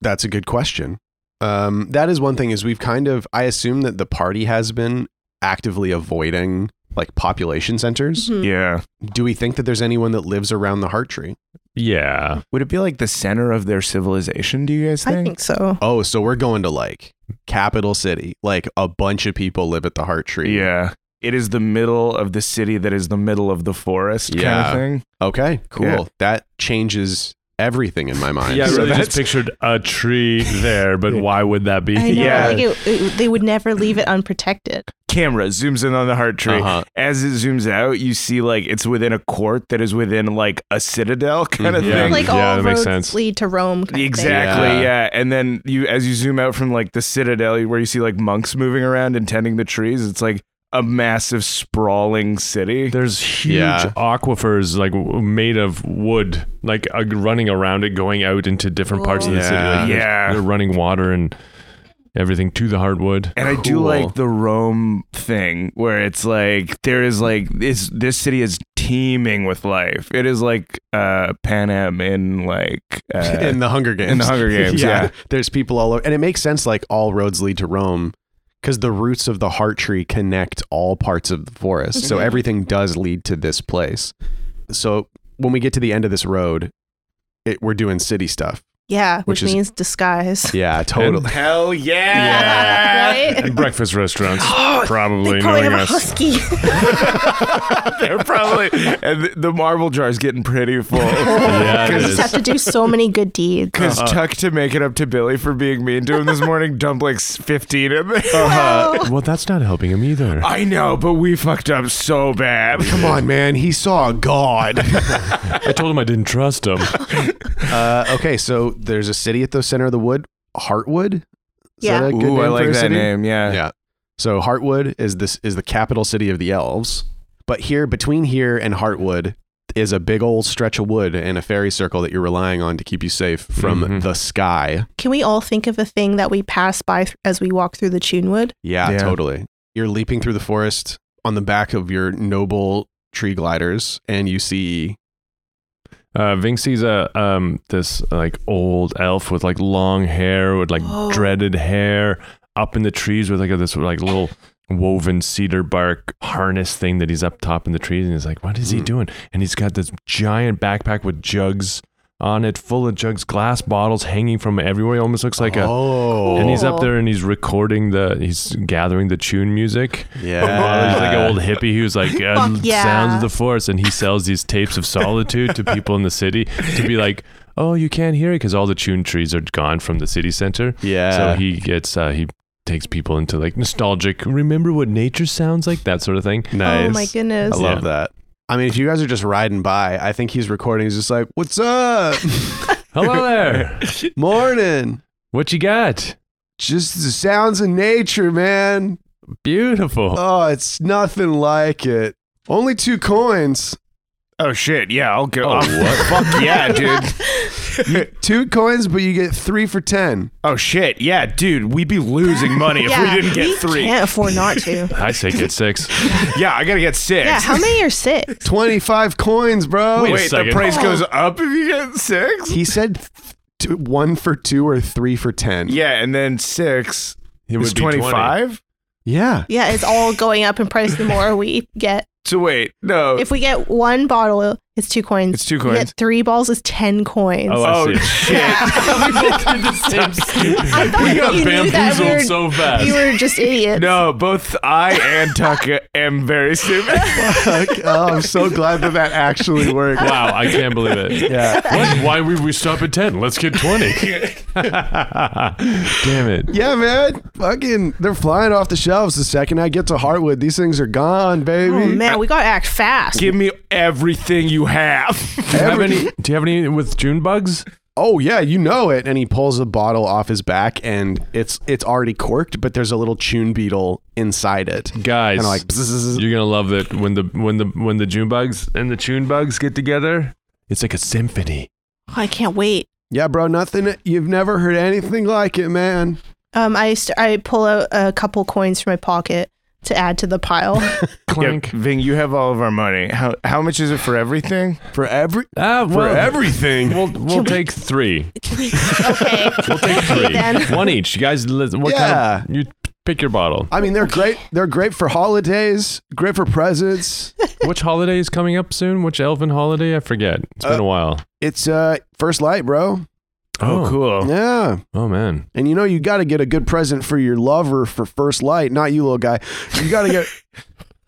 That's a good question. Um, that is one thing is we've kind of I assume that the party has been actively avoiding like population centers.
Mhm.
Yeah.
Do we think that there's anyone that lives around the heart tree?
Yeah.
Would it be like the center of their civilization? Do you guys think?
I think so.
Oh, so we're going to like capital city. Like a bunch of people live at the heart tree.
Yeah. It is the middle of the city that is the middle of the forest kind
Yeah.
of thing.
Okay, cool.
Yeah.
That changes everything in my mind.
Yeah, I
So
really
that's-
just pictured a tree there, but why would that be?
I know.
Yeah.
Like it, it- they would never leave it unprotected.
Camera zooms in on the heart tree.
Uh-huh.
As it zooms out, you see like it's within a court that is within like a citadel kind of
Mhm.
thing.
Yeah.
Like
Yeah,
all
that
roads
makes sense.
lead to Rome. kind of thing.
Exactly.
Yeah.
Yeah. And then you, as you zoom out from like the citadel, where you see like monks moving around and tending the trees, it's like a massive sprawling city.
There's huge
Yeah.
aquifers like w- made of wood, like uh, running around it, going out into different parts of the city.
Yeah.
Like, there's-
Yeah.
they're running water and everything to the hardwood.
And I do
Cool.
like the Rome thing where it's like there is like this this city is teeming with life. It is like uh Pan Am in like uh,
in the Hunger Games.
in the Hunger Games, yeah.
There's people all over. And it makes sense like all roads lead to Rome because the roots of the heart tree connect all parts of the forest. So everything does lead to this place. So when we get to the end of this road, it, we're doing city stuff.
Yeah,
Which
which,
is-
means disguise.
Yeah,
totally.
totally.
hell
right?
And breakfast restaurants, probably
Probably
knowing
have a
us.
husky.
They're probably and the- the marble jar's getting pretty full.
Yeah, it
You
is.
just have to do so many good deeds.
Because
Uh-huh.
Tuck to make it up to Billy for being mean to him this morning dumped like s- 15 in there.
Uh-huh.
Well, that's not helping him either.
I know, but we fucked up so bad.
Come on, man. He saw a god.
I told him I didn't trust him.
uh, okay, so there's a city at the center of the wood, Heartwood. Is
Yeah.
that a good
Ooh,
name
I
for a
like that
city?
name.
Uh,
Yeah.
Yeah. So Heartwood is this is the capital city of the elves, but here between here and Heartwood is a big old stretch of wood and a fairy circle that you're relying on to keep you safe from
Mhm.
the sky.
Can we all think of a thing that we pass by th- as we walk through the Chunewood?
Yeah,
Yeah.
totally. You're leaping through the forest on the back of your noble tree gliders, and you see
Uh, Ving sees a um this like old elf with like long hair with like
Whoa.
dreaded hair up in the trees with like a, this like little woven cedar bark harness thing that he's up top in the trees and he's like what is he
Hmm.
doing and he's got this giant backpack with jugs on it, full of jugs, glass bottles hanging from everywhere. It almost looks like a.
oh,
And he's up
Cool.
there and he's recording the, he's gathering the tune music.
yeah.
Oh, he's like an old hippie who's like uh,
Fuck yeah.
sounds of the forest, and he sells these tapes of solitude to people in the city to be like, oh, you can't hear it because all the tune trees are gone from the city center.
yeah.
So he gets uh, he takes people into like nostalgic. Remember what nature sounds like, that sort of thing.
nice.
Oh my goodness.
I love
Yeah.
that. I mean, if you guys are just riding by, I think he's recording. He's just like, "What's up?
Hello there.
Morning.
what you got?
Just the sounds of nature, man.
Beautiful.
Oh, it's nothing like it. Only two coins.
Oh shit! Yeah, I'll go. Oh, Fuck yeah, dude.
Two coins, but you get three for ten.
Oh shit! Yeah, dude. We'd be losing money if
Yeah,
we didn't get
we
three.
Can't afford not to.
I say get six.
Yeah, I gotta get six.
yeah, how many are six?
Twenty-five coins, bro.
Wait a
Wait, the
second.
price
Oh.
goes up if you get six.
He said th- two, one for two or three for ten.
Yeah, and then six
It
is
would be 20.
twenty five.
Yeah.
Yeah, it's all going up in price the more we get.
So wait, no.
If we get one bottle, it's two coins.
It's two
We
coins.
get three balls, it's ten coins.
Oh,
oh
I see.
shit!
I thought
We got
you knew that. We
bamboozled
were,
so fast.
you were just idiots.
No, both I and Tucker am very stupid.
Fuck. Oh, I'm so glad that that actually worked.
wow, I can't believe it.
Yeah.
What? Why would we stop at 10? Let's get 20. Damn it.
Yeah, man. Fucking, they're flying off the shelves the second I get to Heartwood. These things are gone, baby.
Oh man, we gotta act fast.
Give me everything you have.
Do you, have any, do you have any with June bugs?
Oh yeah, you know it. And he pulls a bottle off his back, and it's it's already corked, but there's a little tune beetle inside it.
Guys,
And I'm like, "Bzzz."
you're gonna love it when the when the when the June bugs and the June bugs get together. It's like a symphony.
Oh, I can't wait.
yeah, bro, nothing. You've never heard anything like it, man.
Um, I st- I pull out a couple coins from my pocket to add to the pile.
Clink.
Ving, you have all of our money. How how much is it for everything?
For every
Ah,
For
well,
everything.
We'll we'll take three.
okay.
We'll take
Okay,
three.
then.
One each. You guys, li- what
Yeah.
kind of, you pick your bottle.
I mean, they're great. They're great for holidays. Great for presents.
Which holiday is coming up soon? Which elven holiday? I forget. It's been
Uh,
a while.
It's uh first light, bro.
Oh, cool.
Yeah,
Oh man.
and you know you got to get a good present for your lover for first light. Not you, little guy. You got to get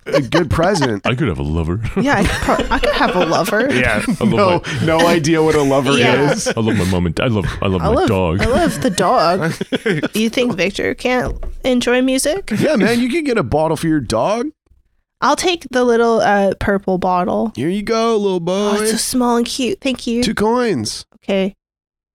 a good present.
I could have a lover.
Yeah, I could, pro- I could have a lover.
Yeah.
I love my,
no idea what a lover
Yeah.
I love my mom and I love I love
I
my
love
dog.
I love the dog. you think Victor can't enjoy music?
Yeah, man, you can get a bottle for your dog.
I'll take the little uh, purple bottle.
Here you go, little boy.
Oh, it's so small and cute. Thank you.
Two Oh. coins.
Okay,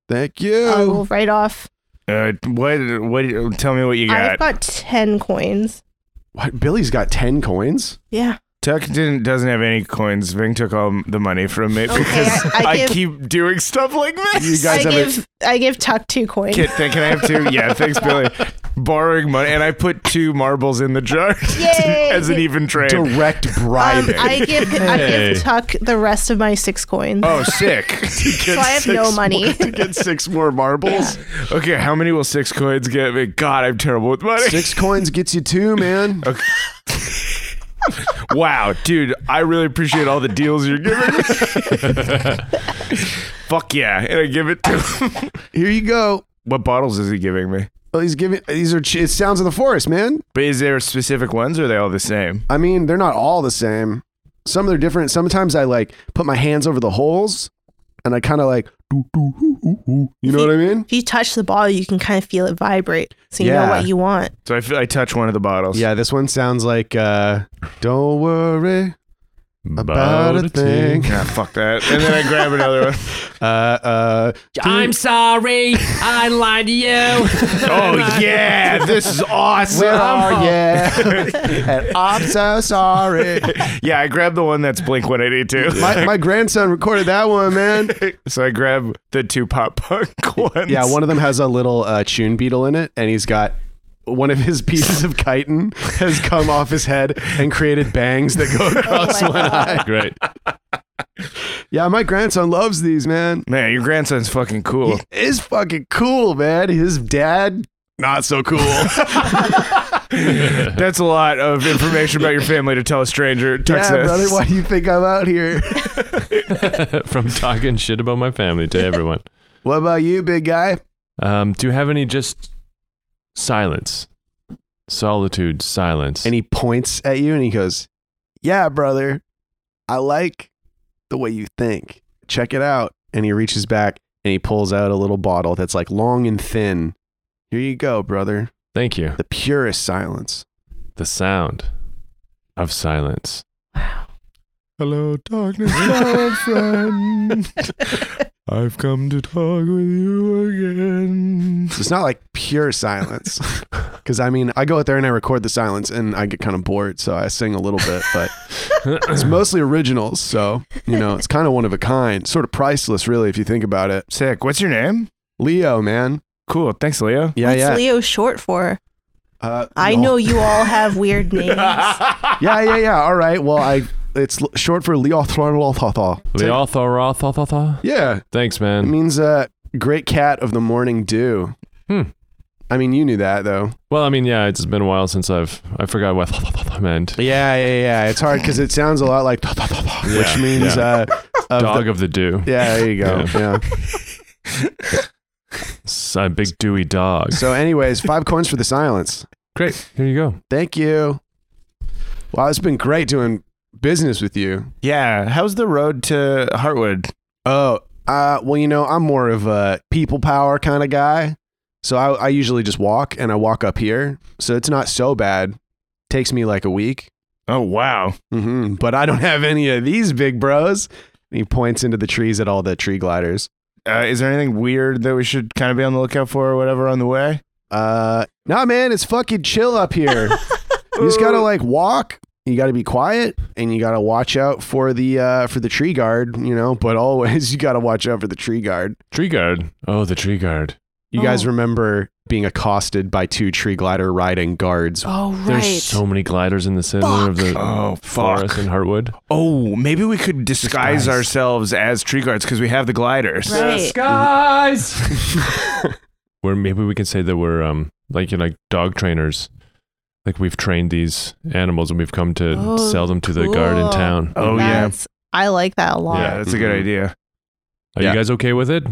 Thank you.
I will write off.
Uh, what what? Tell me what you got.
I've got ten coins.
What? Billy's got 10 coins?
Yeah.
Tuck didn't doesn't have any coins. Ving took all the money from it
Okay,
because
I-
I,
I give-
keep doing stuff like this.
You guys
I
have a-
give I give Tuck two coins.
Can, can I have two? Yeah, thanks, Billy. Borrowing money, and I put two marbles in the jar
Yay!
as an even trade.
direct
Um,
bribe.
I give I
Hey.
give Tuck the rest of my six coins.
oh, sick.
so I have no money.
to get six more marbles.
Okay, how many will six coins get me? God, I'm terrible with money.
Six coins gets you two, man.
Wow, dude, I really appreciate all the deals you're giving me. Fuck yeah, and I give it to him.
Here you go.
what bottles is he giving me?
Oh, he's giving these are ch- it's sounds of the forest, man.
But is there specific ones, or are they all the same?
I mean, they're not all the same. Some of them are different. Sometimes I like put my hands over the holes and I kind of like do, do, hoo, hoo, hoo. You know what I mean?
If you touch the ball, you can kind of feel it vibrate, so you
Yeah.
know what you want.
So I, f- I touch one of the bottles.
Yeah, this one sounds like uh don't worry about a thing.
Nah, fuck that. And then I grab another one.
Uh uh
I'm sorry, I lied to you.
Oh yeah, this is awesome.
Where are you? and I'm so sorry.
Yeah, I grabbed the one that's Blink 182.
My, my grandson recorded that one, man.
so I grab the two pop punk ones.
Yeah, one of them has a little uh, tune beetle in it, and he's got one of his pieces of chitin has come off his head and created bangs that go across
my
one eye.
Great.
Yeah, my grandson loves these, man.
Man, your grandson's fucking cool.
He is fucking cool, man. His dad Not so cool.
That's a lot of information about your family to tell a stranger. Texas.
do you think I'm out here?
From talking shit about my family to everyone.
What about you, big guy?
Um, do you have any just silence? Solitude, silence.
And he points at you and he goes, Yeah, brother, I like the way you think.
Check it out. And he reaches back and he pulls out a little bottle that's like long and thin. Here you go, brother.
Thank you.
The purest silence.
The sound of silence.
Hello, darkness, my friend. I've come to talk with you again.
So it's not like pure silence. Because I mean, I go out there and I record the silence and I get kind of bored. So I sing a little bit, but it's mostly originals. So, you know, it's kind of one of a kind, sort of priceless, really, if you think about it.
Sick. What's your name?
Leo, man.
Cool. Thanks, Leo.
Yeah,
What's
yeah.
Leo short for?
Uh,
I
no.
know you all have weird names.
yeah, yeah, yeah. All right. Well, I it's l- short for Leothrolothoth.
Leotha
Yeah,
Thanks,
it
man.
means uh, great cat of the morning dew.
Hmm.
I mean, you knew that though.
Well, I mean, yeah, it's been a while since I've I forgot what meant.
Yeah, yeah, yeah. It's hard because it sounds a lot like which means uh, of
Dog
the-
of the dew.
yeah, there you go. yeah.
S- A big dewy dog.
So, anyways, five coins for the silence.
Great. Here you go.
Thank you. Wow, it's been great doing business with you.
Yeah. How's the road to Heartwood?
Oh, uh, well, you know, I'm more of a people power kind of guy. So I, I usually just walk and I walk up here. So it's not so bad. Takes me like a week.
Oh wow.
hmm But I don't have any of these big bros. And he points into the trees at all the tree gliders.
Uh, is there anything weird that we should kind of be on the lookout for or whatever on the way?
Uh, nah, man, it's fucking chill up here. you just gotta like walk. You gotta be quiet, and you gotta watch out for the uh for the tree guard. You know, but always you gotta watch out for the tree guard.
Tree guard. Oh, the tree guard.
You guys
Oh.
remember being accosted by two tree glider riding guards.
oh right.
There's so many gliders in the center of the
Oh, fuck.
forest in Hartwood.
Oh, maybe we could disguise,
Disguise.
ourselves as tree guards because we have the gliders.
right.
Guys!
Where maybe we can say that we're um like you know, like dog trainers. Like we've trained these animals and we've come to
Oh,
sell them to the guard in
cool.
town.
Oh yeah.
That's, I like that a lot.
Yeah, that's a good
Mhm.
idea.
Are
Yeah.
you guys okay with it?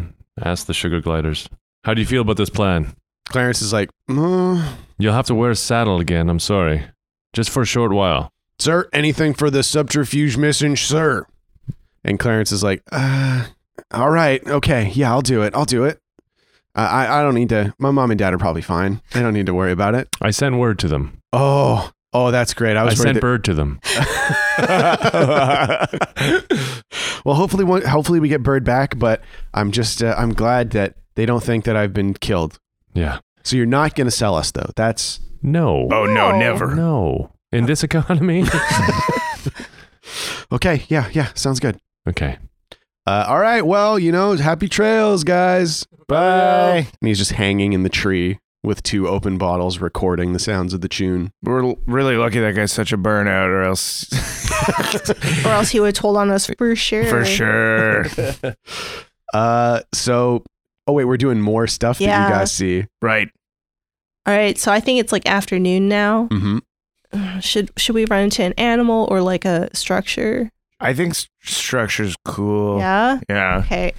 Ask the sugar gliders. How do you feel about this plan?
Clarence is like, "Mm,
You'll have to wear a saddle again. I'm sorry. Just for a short while.
"Sir, anything for the subterfuge mission, sir?" And Clarence is like, uh, "All right, okay, yeah, I'll do it. I'll do it. I I, I don't need to. My mom and dad are probably fine. I don't need to worry about it."
I sent word to them.
Oh, oh, that's great. I
I,
was worried
sent
that-
bird to them.
well, hopefully, one, hopefully we get Bird back. But I'm just, uh, I'm glad that they don't think that I've been killed.
Yeah.
So you're not going to sell us, though. That's
No.
Oh no, never.
No. In this economy?
okay. Yeah, yeah, sounds good.
okay.
Uh, all right. Well, you know, happy trails, guys. Bye. And he's just hanging in the tree with two open bottles, recording the sounds of the tune.
We're l- really lucky that guy's such a burnout, or else
Or else he would have told on us for sure.
for sure.
Uh, so, oh wait, we're doing more stuff that
Yeah.
you guys see.
right.
All right. So I think it's like afternoon now.
Mm-hmm.
Should should we run into an animal or like a structure?
I think st- structure's
Oh.
cool.
Yeah.
Yeah.
Okay.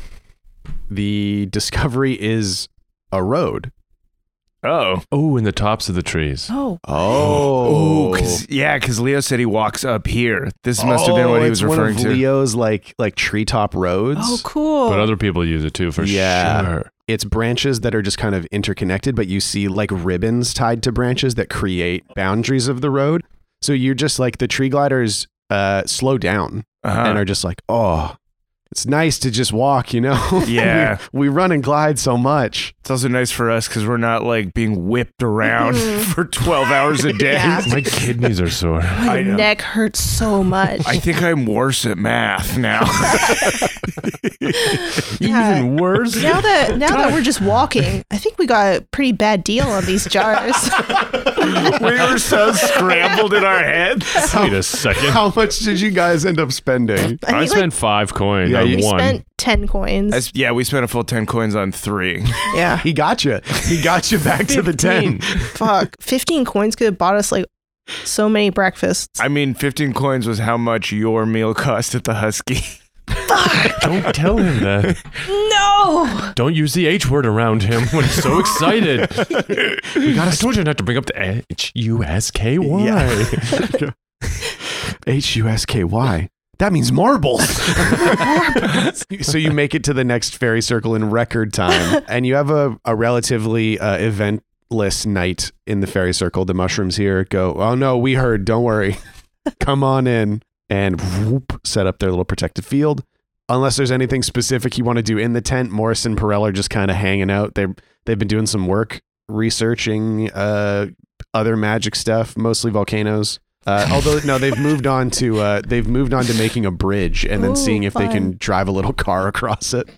The discovery is a road.
Oh.
Oh, in the tops of the trees.
Oh.
Oh,
Ooh, 'cause- yeah, because Leo said he walks up here. This must have been what
Oh,
he was
it's one
referring
of
to.
Leo's like like treetop roads.
Oh, cool.
But other people use it too, for
Yeah.
sure.
It's branches that are just kind of interconnected, but you see like ribbons tied to branches that create boundaries of the road. So you're just like the tree gliders uh, slow down and
Uh.
Uh-huh.
are just like, oh, it's nice to just walk, you know?
Yeah.
we, we run and glide so much.
It's also nice for us because we're not like being whipped around
Mhm.
Mm-hmm.
for 12 hours a day.
Yeah.
My kidneys are sore.
I
My
know.
neck hurts so much.
I think I'm worse at math now.
Yeah.
Even worse.
now that now that we're just walking, I think we got a pretty bad deal on these jars.
we were so scrambled in our heads.
Wait a second.
How much did you guys end up spending?
I
I
think, like,
spent five coins
Yeah,
on
you
we
one.
spent 10 coins.
I s- yeah, we spent a full 10 coins on three.
yeah.
He got you. He got you back to the 10.
Fuck. 15 coins could have bought us like so many breakfasts.
I mean, 15 coins was how much your meal cost at the Husky.
Don't tell him that.
no!
Don't use the H word around him when he's so excited. you gotta, I told you not to bring up the H U S K Y. Uh,
H U S K Y. That means marbles. so you make it to the next fairy circle in record time, and you have a, a relatively uh, eventless night in the fairy circle. The mushrooms here go, oh no, we heard. Don't worry. Come on in and whoop, set up their little protective field. Unless there's anything specific you want to do in the tent, Morris and Perel are just kind of hanging out. They they've been doing some work researching uh, other magic stuff, mostly volcanoes. Uh, although no, they've moved on to uh, they've moved on to making a bridge and then
Ooh,
seeing if they can
fun.
drive a little car across it.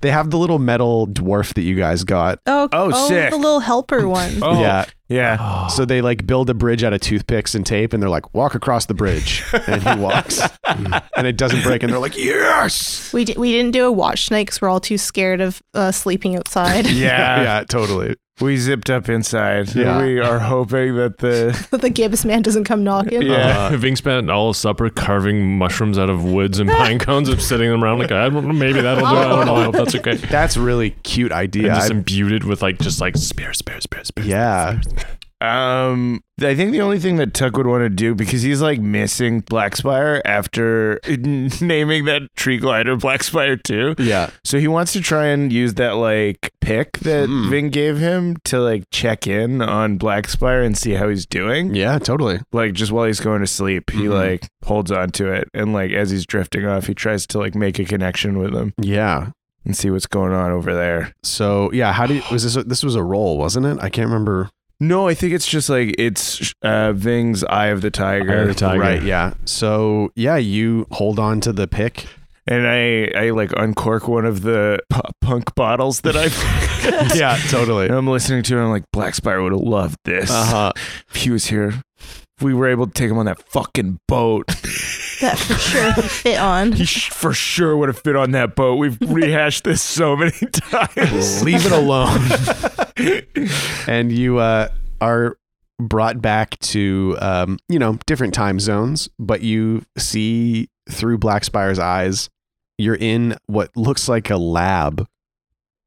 They have the little metal dwarf that you guys got.
Oh,
Oh, sick.
the little helper one.
Oh,
Yeah.
Yeah.
So they like build a bridge out of toothpicks and tape, and they're like, "Walk across the bridge," and he walks, and it doesn't break, and they're like, "Yes!"
We, di- we didn't do a watch tonight because we're all too scared of uh, sleeping outside.
Yeah.
yeah, totally.
We zipped up inside.
Yeah.
We are hoping that the.
the Gibbs man doesn't come knocking.
Yeah.
Uh, Ving spent all of supper carving mushrooms out of woods and pine cones and setting them around like I don't know, maybe that'll do. it. I don't know. I hope that's okay.
That's a really cute
And
idea.
just
I-
imbued it with like just like spare, spare, spare, spare.
yeah,
Um, I think the only thing that Tuck would want to do because he's like missing Blackspire after naming that tree glider Blackspire too.
yeah.
So he wants to try and use that like pick that
Hmm.
Ving gave him to like check in on Blackspire and see how he's doing.
Yeah, totally.
Like just while he's going to sleep, he
Mm-hmm.
Mhm.
like holds on to it and like as he's drifting off, he tries to like make a connection with him
Yeah.
and see what's going on over there.
So yeah, how do you, was this? A, this was a roll, wasn't it? I can't remember.
No, I think it's just like it's uh Ving's Eye of the Tiger.
Eye of the Tiger.
Right. Yeah. So yeah, you hold on to the pick.
and I I like uncork one of the pu- punk bottles that I've.
yeah, totally.
And I'm listening to it. And I'm like, Black Spire would have loved this.
Uh huh.
If he was here, if we were able to take him on that fucking boat,
That for sure would fit on.
he sh- for sure would have fit on that boat. We've rehashed this so many times.
Leave it alone. and you uh, are brought back to um, you know different time zones, but you see through Blackspire's eyes. You're in what looks like a lab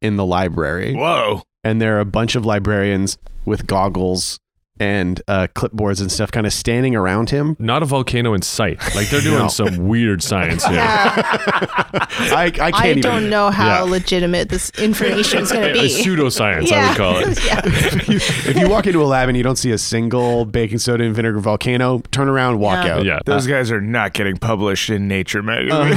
in the library.
Whoa.
and there are a bunch of librarians with goggles and uh, clipboards and stuff kind of standing around him.
Not a volcano in sight. Like they're doing
No.
some weird science here.
I, I can't
I
even.
don't know how
yeah.
legitimate this information is going to
A
be.
pseudoscience, I would call it.
yeah.
if you walk into a lab and you don't see a single baking soda and vinegar volcano, turn around, walk
Yeah.
out.
Yeah.
Those guys are not getting published in Nature magazine.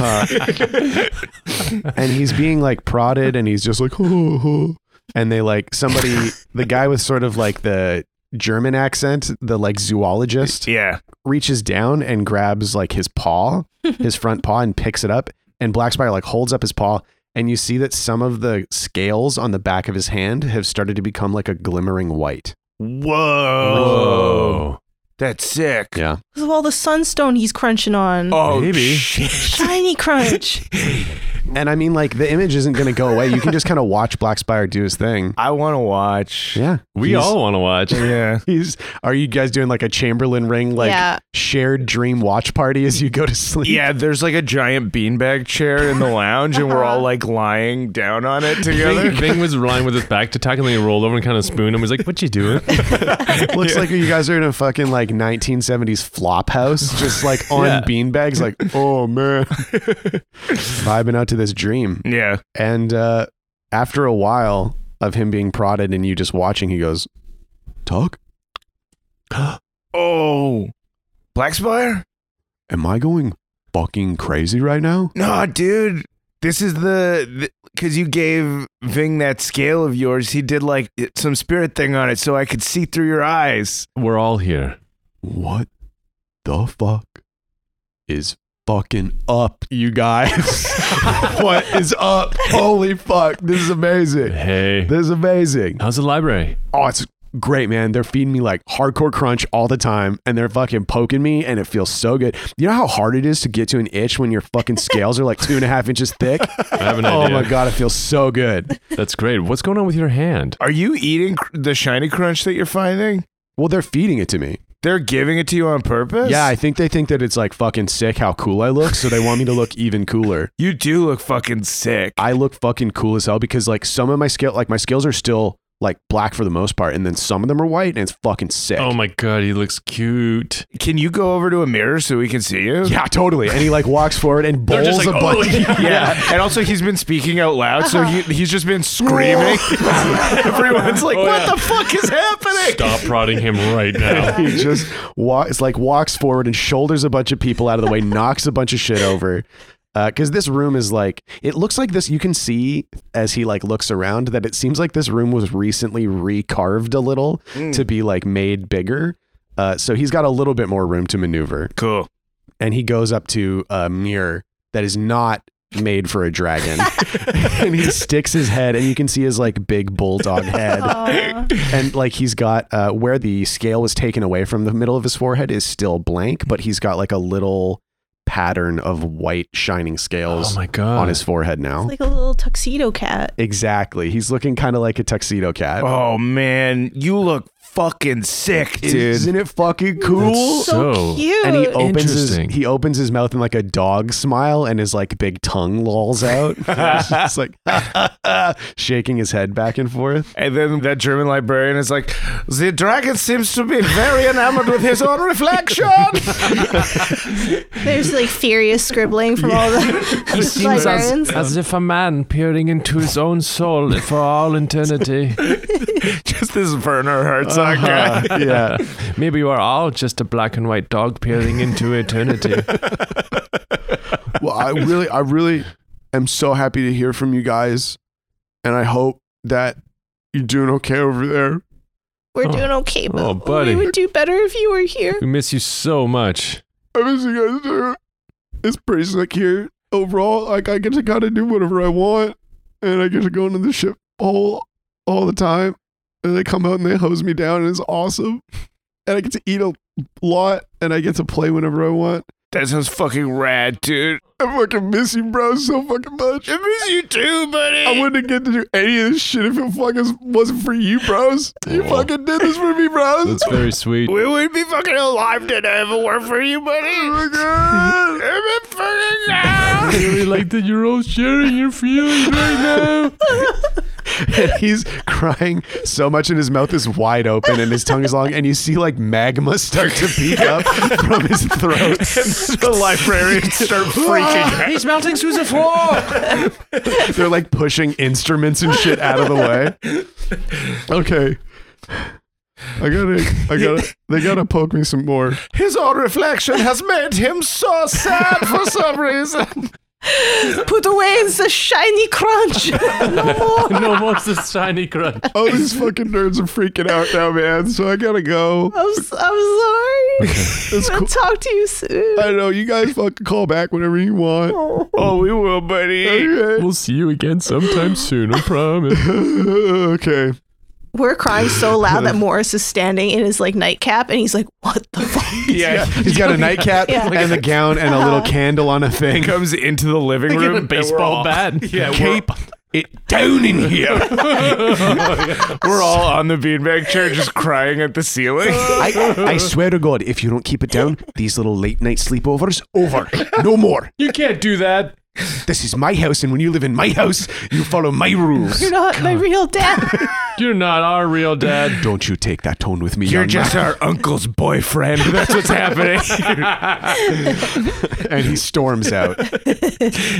Uh-huh. and he's being like prodded and he's just like, "Oh, oh." and they like somebody, the guy with sort of like the German accent, the like zoologist,
Yeah.
reaches down and grabs like his paw, his front paw, and picks it up. And Black Spire like holds up his paw, and you see that some of the scales on the back of his hand have started to become like a glimmering white.
Whoa.
Oh.
That's sick.
Yeah.
Because of all the sunstone he's crunching on.
Oh,
Maybe.
shit.
Shiny crunch.
And I mean, like the image isn't going to go away. You can just kind of watch Black Spire do his thing.
I want to watch.
Yeah.
We
He's-
all want to watch.
Yeah.
He's. Are you guys doing like a Chamberlain ring, like
yeah.
shared dream watch party as you go to sleep?
Yeah, there's like a giant beanbag chair in the lounge, and we're
Uh-huh.
all like lying down on it
Bing,
together.
Bing was lying with his back to tackle and he rolled over and kind of spooned him. He's like, "What you doing?"
Looks like you guys are in a fucking like 1970s flop house, just like on
Yeah.
beanbags, like, oh man. Vibing out to this dream.
yeah.
And uh, after a while of him being prodded and you just watching, he goes, Tuck,
Oh, Blackspire?
am I going fucking crazy right now?
No, dude. This is the because you gave Ving that scale of yours. He did like it- some spirit thing on it, so I could see through your eyes.
We're all here.
What the fuck is fucking up, you guys? what is up? Holy fuck. This is amazing.
Hey,
This is amazing.
how's the library?
Oh, it's great, man. They're feeding me like hardcore crunch all the time and they're fucking poking me and it feels so good. You know how hard it is to get to an itch when your fucking scales are like two and a half inches thick?
I have an
Oh
idea.
my God, it feels so good.
That's great. What's going on with your hand?
Are you eating cr- the shiny crunch that you're finding?
Well, they're feeding it to me.
They're giving it to you on purpose?
Yeah, I think they think that it's like fucking sick how cool I look. So they want me to look even cooler.
You do look fucking sick.
I look fucking cool as hell because like some of my scale, like my scales are still like black for the most part, and then some of them are white, and it's fucking sick.
Oh my god, he looks cute.
Can you go over to a mirror so we can see you?
Yeah, totally. And he like walks forward and
They're
bowls
just
a
like,
bunch.
"Oh, yeah."
And also, he's been speaking out loud, so
Uh-huh.
he, he's just been screaming. Everyone's like,
Oh,
what the fuck is happening?
Stop prodding him right now.
He just walks, it's like walks forward and shoulders a bunch of people out of the way, knocks a bunch of shit over. Because this room is like, it looks like this. You can see as he like looks around that it seems like this room was recently recarved a little to be like made bigger. Uh, so he's got a little bit more room to maneuver,
Cool.
and he goes up to a mirror that is not made for a dragon, and he sticks his head, and you can see his like big bulldog head
Aw.
and like he's got uh, where the scale was taken away from the middle of his forehead is still blank, but he's got like a little pattern of white shining
Oh
scales
my god.
on his forehead now.
It's like a little tuxedo cat.
exactly, he's looking kind of like a tuxedo cat.
Oh, man. You look fucking sick, dude.
Isn't it fucking cool?
That's So-
So cute.
and he opens his
Interesting.
he opens his mouth in like a dog smile, and his like big tongue lolls out. It's just like shaking his head back and forth.
And then that German librarian is like, the dragon seems to be very enamored with his own reflection.
There's like furious scribbling from all the librarians.
As if a man peering into his own soul for all internity.
just this Werner Herzog guy.
Uh, yeah,
Maybe you are all just a black and white dog peering into eternity.
well, I really, I really am so happy to hear from you guys, and I hope that you're doing okay over there.
We're
Oh.
doing okay, but
Oh, buddy.
we would do better if you were here.
we miss you so much.
I miss you guys too. It's pretty sick here overall. Like I get to kind of do whatever I want, and I get to go into the ship hole all the time, and they come out and they hose me down, and it's awesome. And I get to eat a lot, and I get to play whenever I want.
That sounds fucking rad, dude.
I fucking miss you, bro, so fucking much.
I miss you too, buddy.
I wouldn't get to do any of this shit if it fucking wasn't for you, bros. You fucking did this for me, bros.
That's very sweet.
we would be fucking alive today if it weren't for you, buddy.
Oh
I'm a fucking guy.
really like that you're all sharing your feelings right now.
he's crying so much and his mouth is wide open and his tongue is long and you see like magma start to peek up from his throat
the librarians start freaking out.
He's melting through the floor.
they're like pushing instruments and shit out of the way
Okay. I gotta, I gotta, they gotta poke me some more.
His own reflection has made him so sad for some reason.
Put away the shiny crunch. no more.
no more of this shiny crunch.
All these fucking nerds are freaking out now, man. So I gotta go.
I'm, s- I'm sorry.
It's
I'll
cool.
talk to you soon.
I know you guys fucking call back whenever you want.
Oh, we will, buddy.
Okay.
We'll see you again sometime soon, I promise.
okay.
We're crying so loud that Morris is standing in his like nightcap and he's like, "What the fuck?"
Yeah.
he's got a nightcap
Yeah.
and a gown and a little candle on a thing
Comes into the living room. and we're all-
bat.
Yeah, Keep it down in here. we're all on the beanbag chair just crying at the ceiling.
I, I swear to god if you don't keep it down these little late night sleepovers over no more
You can't do that.
this is my house and when you live in my house you follow my rules
You're not my real dad.
You're not our real dad.
don't you take that tone with me
You're
young
just
man.
our uncle's boyfriend. That's what's happening.
and he storms out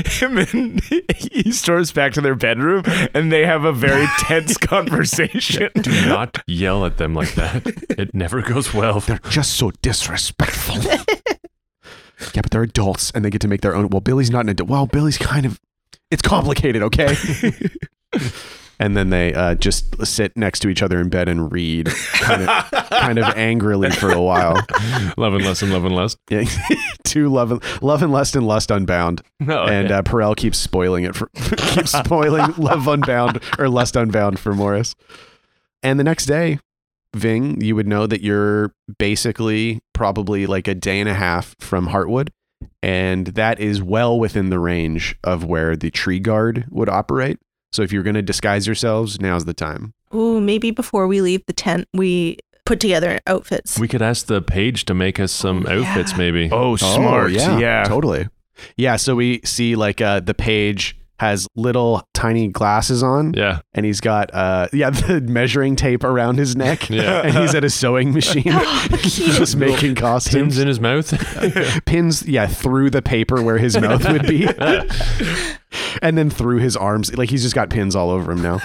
Him and he storms back to their bedroom and they have a very tense conversation.
Do not yell at them like that. It never goes well.
just so disrespectful. yeah, but they're adults and they get to make their own. Well, Billy's not an adult. Well, Billy's kind of. It's complicated, okay? and then they uh, just sit next to each other in bed and read, kind of, kind of angrily for a while.
Love and less and love and less.
Yeah. Two love and love and lust and lust unbound,
Oh,
No.
and uh, Perel keeps spoiling it for keeps spoiling love unbound or lust unbound for Morris. And the next day, Ving, you would know that you're basically probably like a day and a half from Heartwood, and that is well within the range of where the tree guard would operate. So if you're going to disguise yourselves, now's the time.
Ooh, maybe before we leave the tent, we put together outfits.
uh, We could ask the page to make us some
Oh, yeah.
outfits, maybe.
Oh, smart. yeah.
totally. Yeah, so we see like uh, the page has little tiny glasses on,
Yeah.
and he's got uh, yeah the measuring tape around his neck,
Yeah.
and he's at a sewing machine, just making costumes.
Tim's in his mouth.
pins yeah through the paper where his mouth would be and then through his arms like he's just got pins all over him now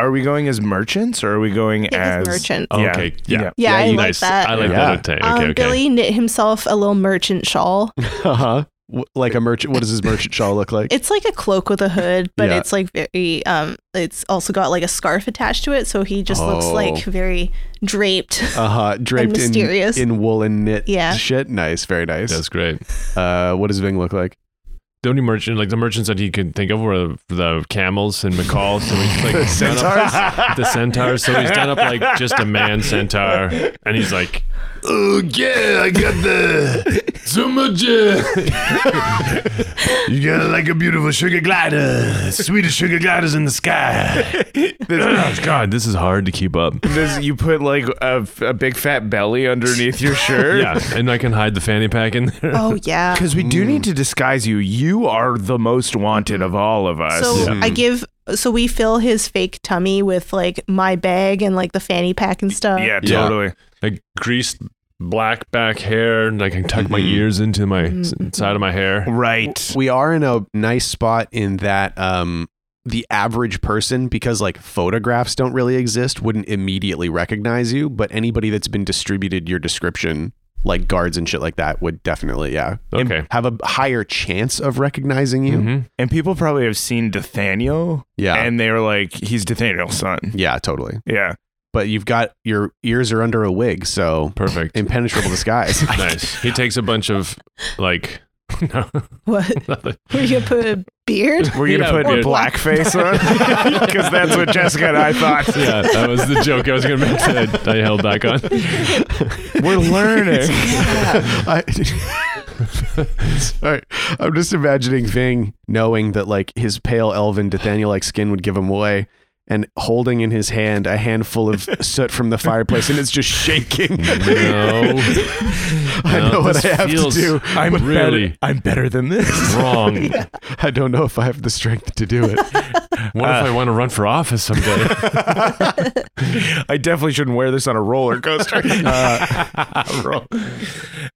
Are we going as merchants or are we going
Yeah,
as
as merchant.
Yeah.
Okay. Yeah.
Yeah.
yeah, I
you-
like
nice.
that.
I like
Yeah.
that. Oh, Okay.
um,
okay.
Billy knit himself a little merchant shawl.
uh-huh W- like a merchant what does his merchant shawl look like
It's like a cloak with a hood, but
Yeah.
it's like very um it's also got like a scarf attached to it, so he just looks
Oh.
like very draped.
uh-huh draped in
mysterious.
in woolen knit
Yeah.
shit nice very nice
That's great.
uh what does ving look like
The only merchant, like the merchants that he could think of were the camels and McCall. So he's like centaurs. the centaur. So he's done up like just a man centaur, and he's like, "Oh yeah, I got the so much.
You got like a beautiful sugar glider, sweetest sugar gliders in the sky.
God, this is hard to keep up.
This, you put like a, a big fat belly underneath your shirt.
Yeah, and I can hide the fanny pack in there.
oh yeah.
Because we do need to disguise you. You are the most wanted of all of us.
So uh, I give so we fill his fake tummy with like my bag and like the fanny pack and stuff.
yeah,
Yeah.
totally.
Like greased black back hair, and I can tuck my
Mm-hmm.
ears into my s- side of my hair.
Right.
we are in a nice spot in that um the average person because like photographs don't really exist wouldn't immediately recognize you but anybody that's been distributed your description like guards and shit like that would definitely yeah im-
Okay.
have a higher chance of recognizing you
Mhm.
And people probably have seen Nathaniel
yeah
and they were like, he's Nathaniel's son.
yeah totally
Yeah.
but you've got your ears are under a wig so
Perfect.
impenetrable disguise
nice. He takes a bunch of like. No,
What?
nothing.
Were you gonna put a beard?
We're going to
Yeah,
put
weird.
blackface on because that's what Jessica and I thought.
yeah, that was the joke I was gonna make. That I held back on.
We're learning.
I, sorry, I'm just imagining Ving knowing that like his pale elven Nathaniel like skin would give him away. And holding in his hand a handful of soot from the fireplace, and it's just shaking.
Mm. No,
I know
No,
what
this
I have
feels
to do.
I'm
But really-
better, I'm better than this.
wrong.
I don't know if I have the strength to do it.
What
Uh.
if I want to run for office someday?
I definitely shouldn't wear this on a roller coaster. Roll.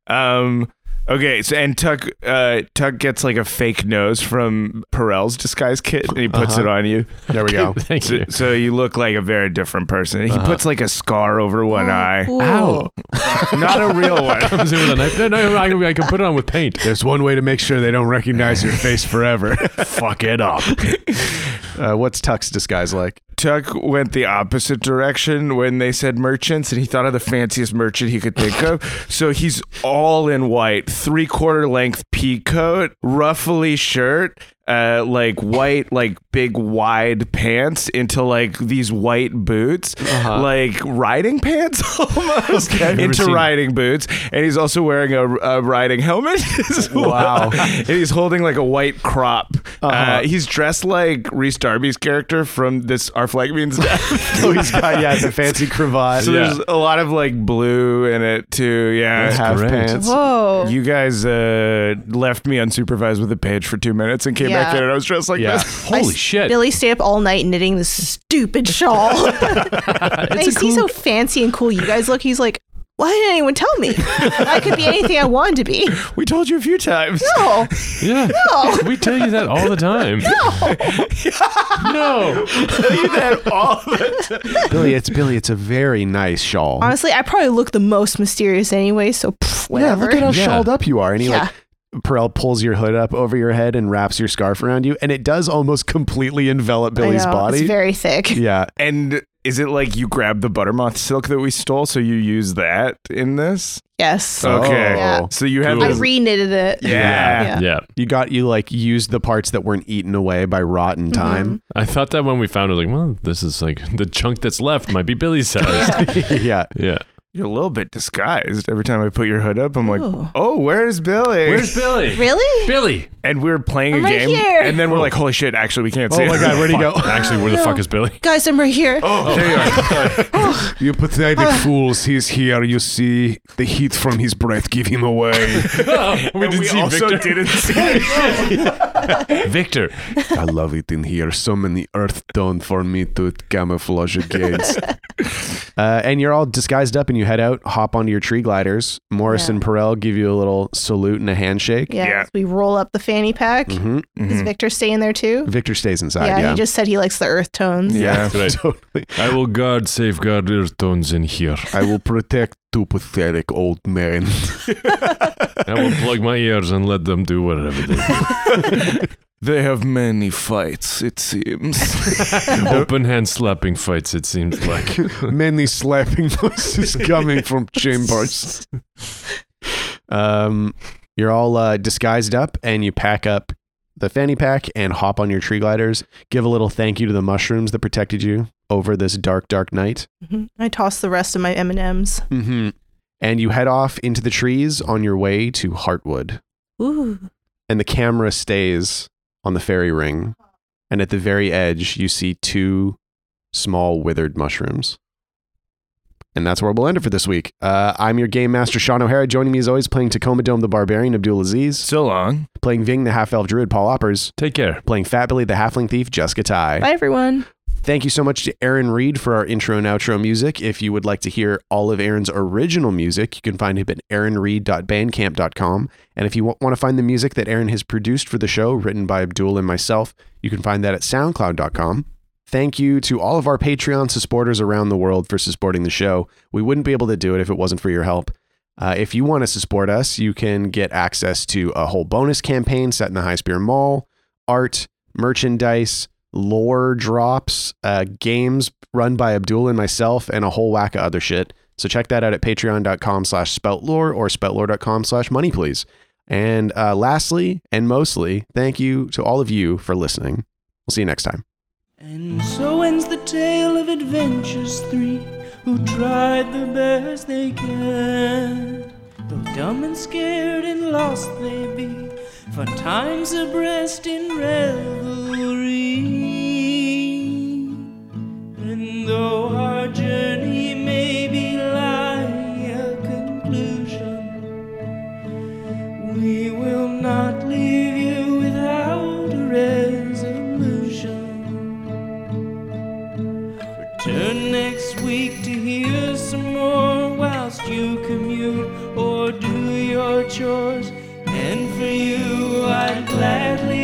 um, okay, so and Tuck uh, Tuck gets like a fake nose from Perel's disguise kit, and he puts
Uh-huh.
it on you.
There we go.
Thank
So,
you.
so you look like a very different person.
Uh-huh.
He puts like a scar over one eye,
Cool.
not a real one.
Comes in with a knife. No, no, I, can- I can put it on with paint.
There's one way to make sure they don't recognize your face forever.
Fuck it up.
Uh, what's Tuck's disguise like?
Tuck went the opposite direction when they said merchants, and he thought of the fanciest merchant he could think of. So he's all in white, three quarter length pea coat, ruffly shirt, uh, like white, like big wide pants into like these white boots, like riding pants almost into
seen-
riding boots, and he's also wearing a, a riding helmet. as well.
Wow.
and he's holding like a white crop. uh he's dressed like Reese Darby's character from this Our Flag Means Death.
Oh, he's got yeah, the fancy cravat,
So there's a lot of like blue in it too. Yeah.
half
great.
pants.
Whoa.
You guys uh, left me unsupervised with a page for two minutes and came back
Yeah.
in, and I was dressed like
Yeah.
this.
Holy shit!
Billy stayed up all night knitting this stupid shawl. Makes he's so fancy and cool. You guys look. He's like, why didn't anyone tell me? I could be anything I wanted to be. Oh,
We told you a few times.
No,
Yeah,
no.
we tell you that all the time. No,
Billy, it's Billy. It's a very nice shawl.
Honestly, I probably look the most mysterious anyway. So pff,
Yeah,
whatever.
look at how
Yeah.
shawled up you are. And he like Perel pulls your hood up over your head and wraps your scarf around you, and it does almost completely envelop
I
Billy's
know,
body.
It's very thick.
yeah.
And Is it like you grabbed the buttermoth silk that we stole, so you use that in this?
Yes.
Okay.
Yeah.
So you have
I
this.
reknitted it.
Uh, yeah.
Yeah.
yeah.
You got you like used the parts that weren't eaten away by rot and
Mm-hmm.
time.
I thought that when we found it, like, well, this is like the chunk that's left might be Billy's size.
yeah.
yeah.
You're a little bit disguised. Every time I put your hood up, I'm like,
Ooh.
oh, where's Billy?
Where's Billy?
Really?
Billy.
and we're playing
I'm
a
right
game,
here.
and then we're like, holy shit, actually, we
Oh
Oh
can't see it.
where'd he go? Actually, where the fuck is Billy?
Guys, I'm right here.
Oh,
You pathetic
Ah.
fools, he's here. You see, the heat from his breath give him away.
we didn't see Victor. Victor.
I love it in here. So many earth done for me to camouflage against.
Uh, and you're all disguised up, and you head out, hop onto your tree gliders. Morris
Yeah.
and Perel give you a little salute and a handshake.
Yeah.
Yeah. Mm-hmm.
so we roll up the fanny pack.
Mhm.
Is Victor staying there too?
Victor stays inside.
yeah,
Yeah,
He just said he likes the earth tones.
Yeah.
Right.
totally.
I will guard, safeguard earth tones in here.
I will protect two pathetic old men.
I will plug my ears and let them do whatever they do.
They have many fights, it seems.
Open hand slapping fights, it seems like.
Many slapping noises coming from chambers. um, you're all uh, disguised up, and you pack up the fanny pack and hop on your tree gliders. Give a little thank you to the mushrooms that protected you over this dark, dark night.
Mhm. I toss the rest of my M and M's.
Mm-hmm. And you head off into the trees on your way to Heartwood.
Ooh.
And the camera stays on the fairy ring. And at the very edge, you see two small withered mushrooms. And that's where we'll end it for this week. Uh, I'm your game master, Sean O'Hara. Joining me as always, playing Tacoma Dome the Barbarian, Abdul Aziz.
so long.
Playing Ving the Half Elf Druid, Paul Oppers.
Take care.
Playing Fat Billy the Halfling Thief, Jessica Ty.
Bye everyone.
Thank you so much to Aaron Reed for our intro and outro music. If you would like to hear all of Aaron's original music, you can find him at aaronreed.bandcamp.com. And if you want to find the music that Aaron has produced for the show, written by Abdul and myself, you can find that at soundcloud.com. Thank you to all of our Patreon supporters around the world for supporting the show. We wouldn't be able to do it if it wasn't for your help. Uh, if you want to support us, you can get access to a whole bonus campaign set in the High Spear Mall, art, merchandise, lore drops, uh, games run by Abdul and myself, and a whole whack of other shit. So check that out at patreon.com slash spoutlore or spoutlore.com slash money, please. And uh, lastly, and mostly, thank you to all of you for listening. We'll see you next time.
And so ends the tale of adventures three who tried the best they can. Though dumb and scared and lost they be, for time's abreast in revelry. And though our journey may be lie a conclusion, we will not leave you without a resolution. Return next week to hear some more whilst you commute or do your chores. And for you, I'd gladly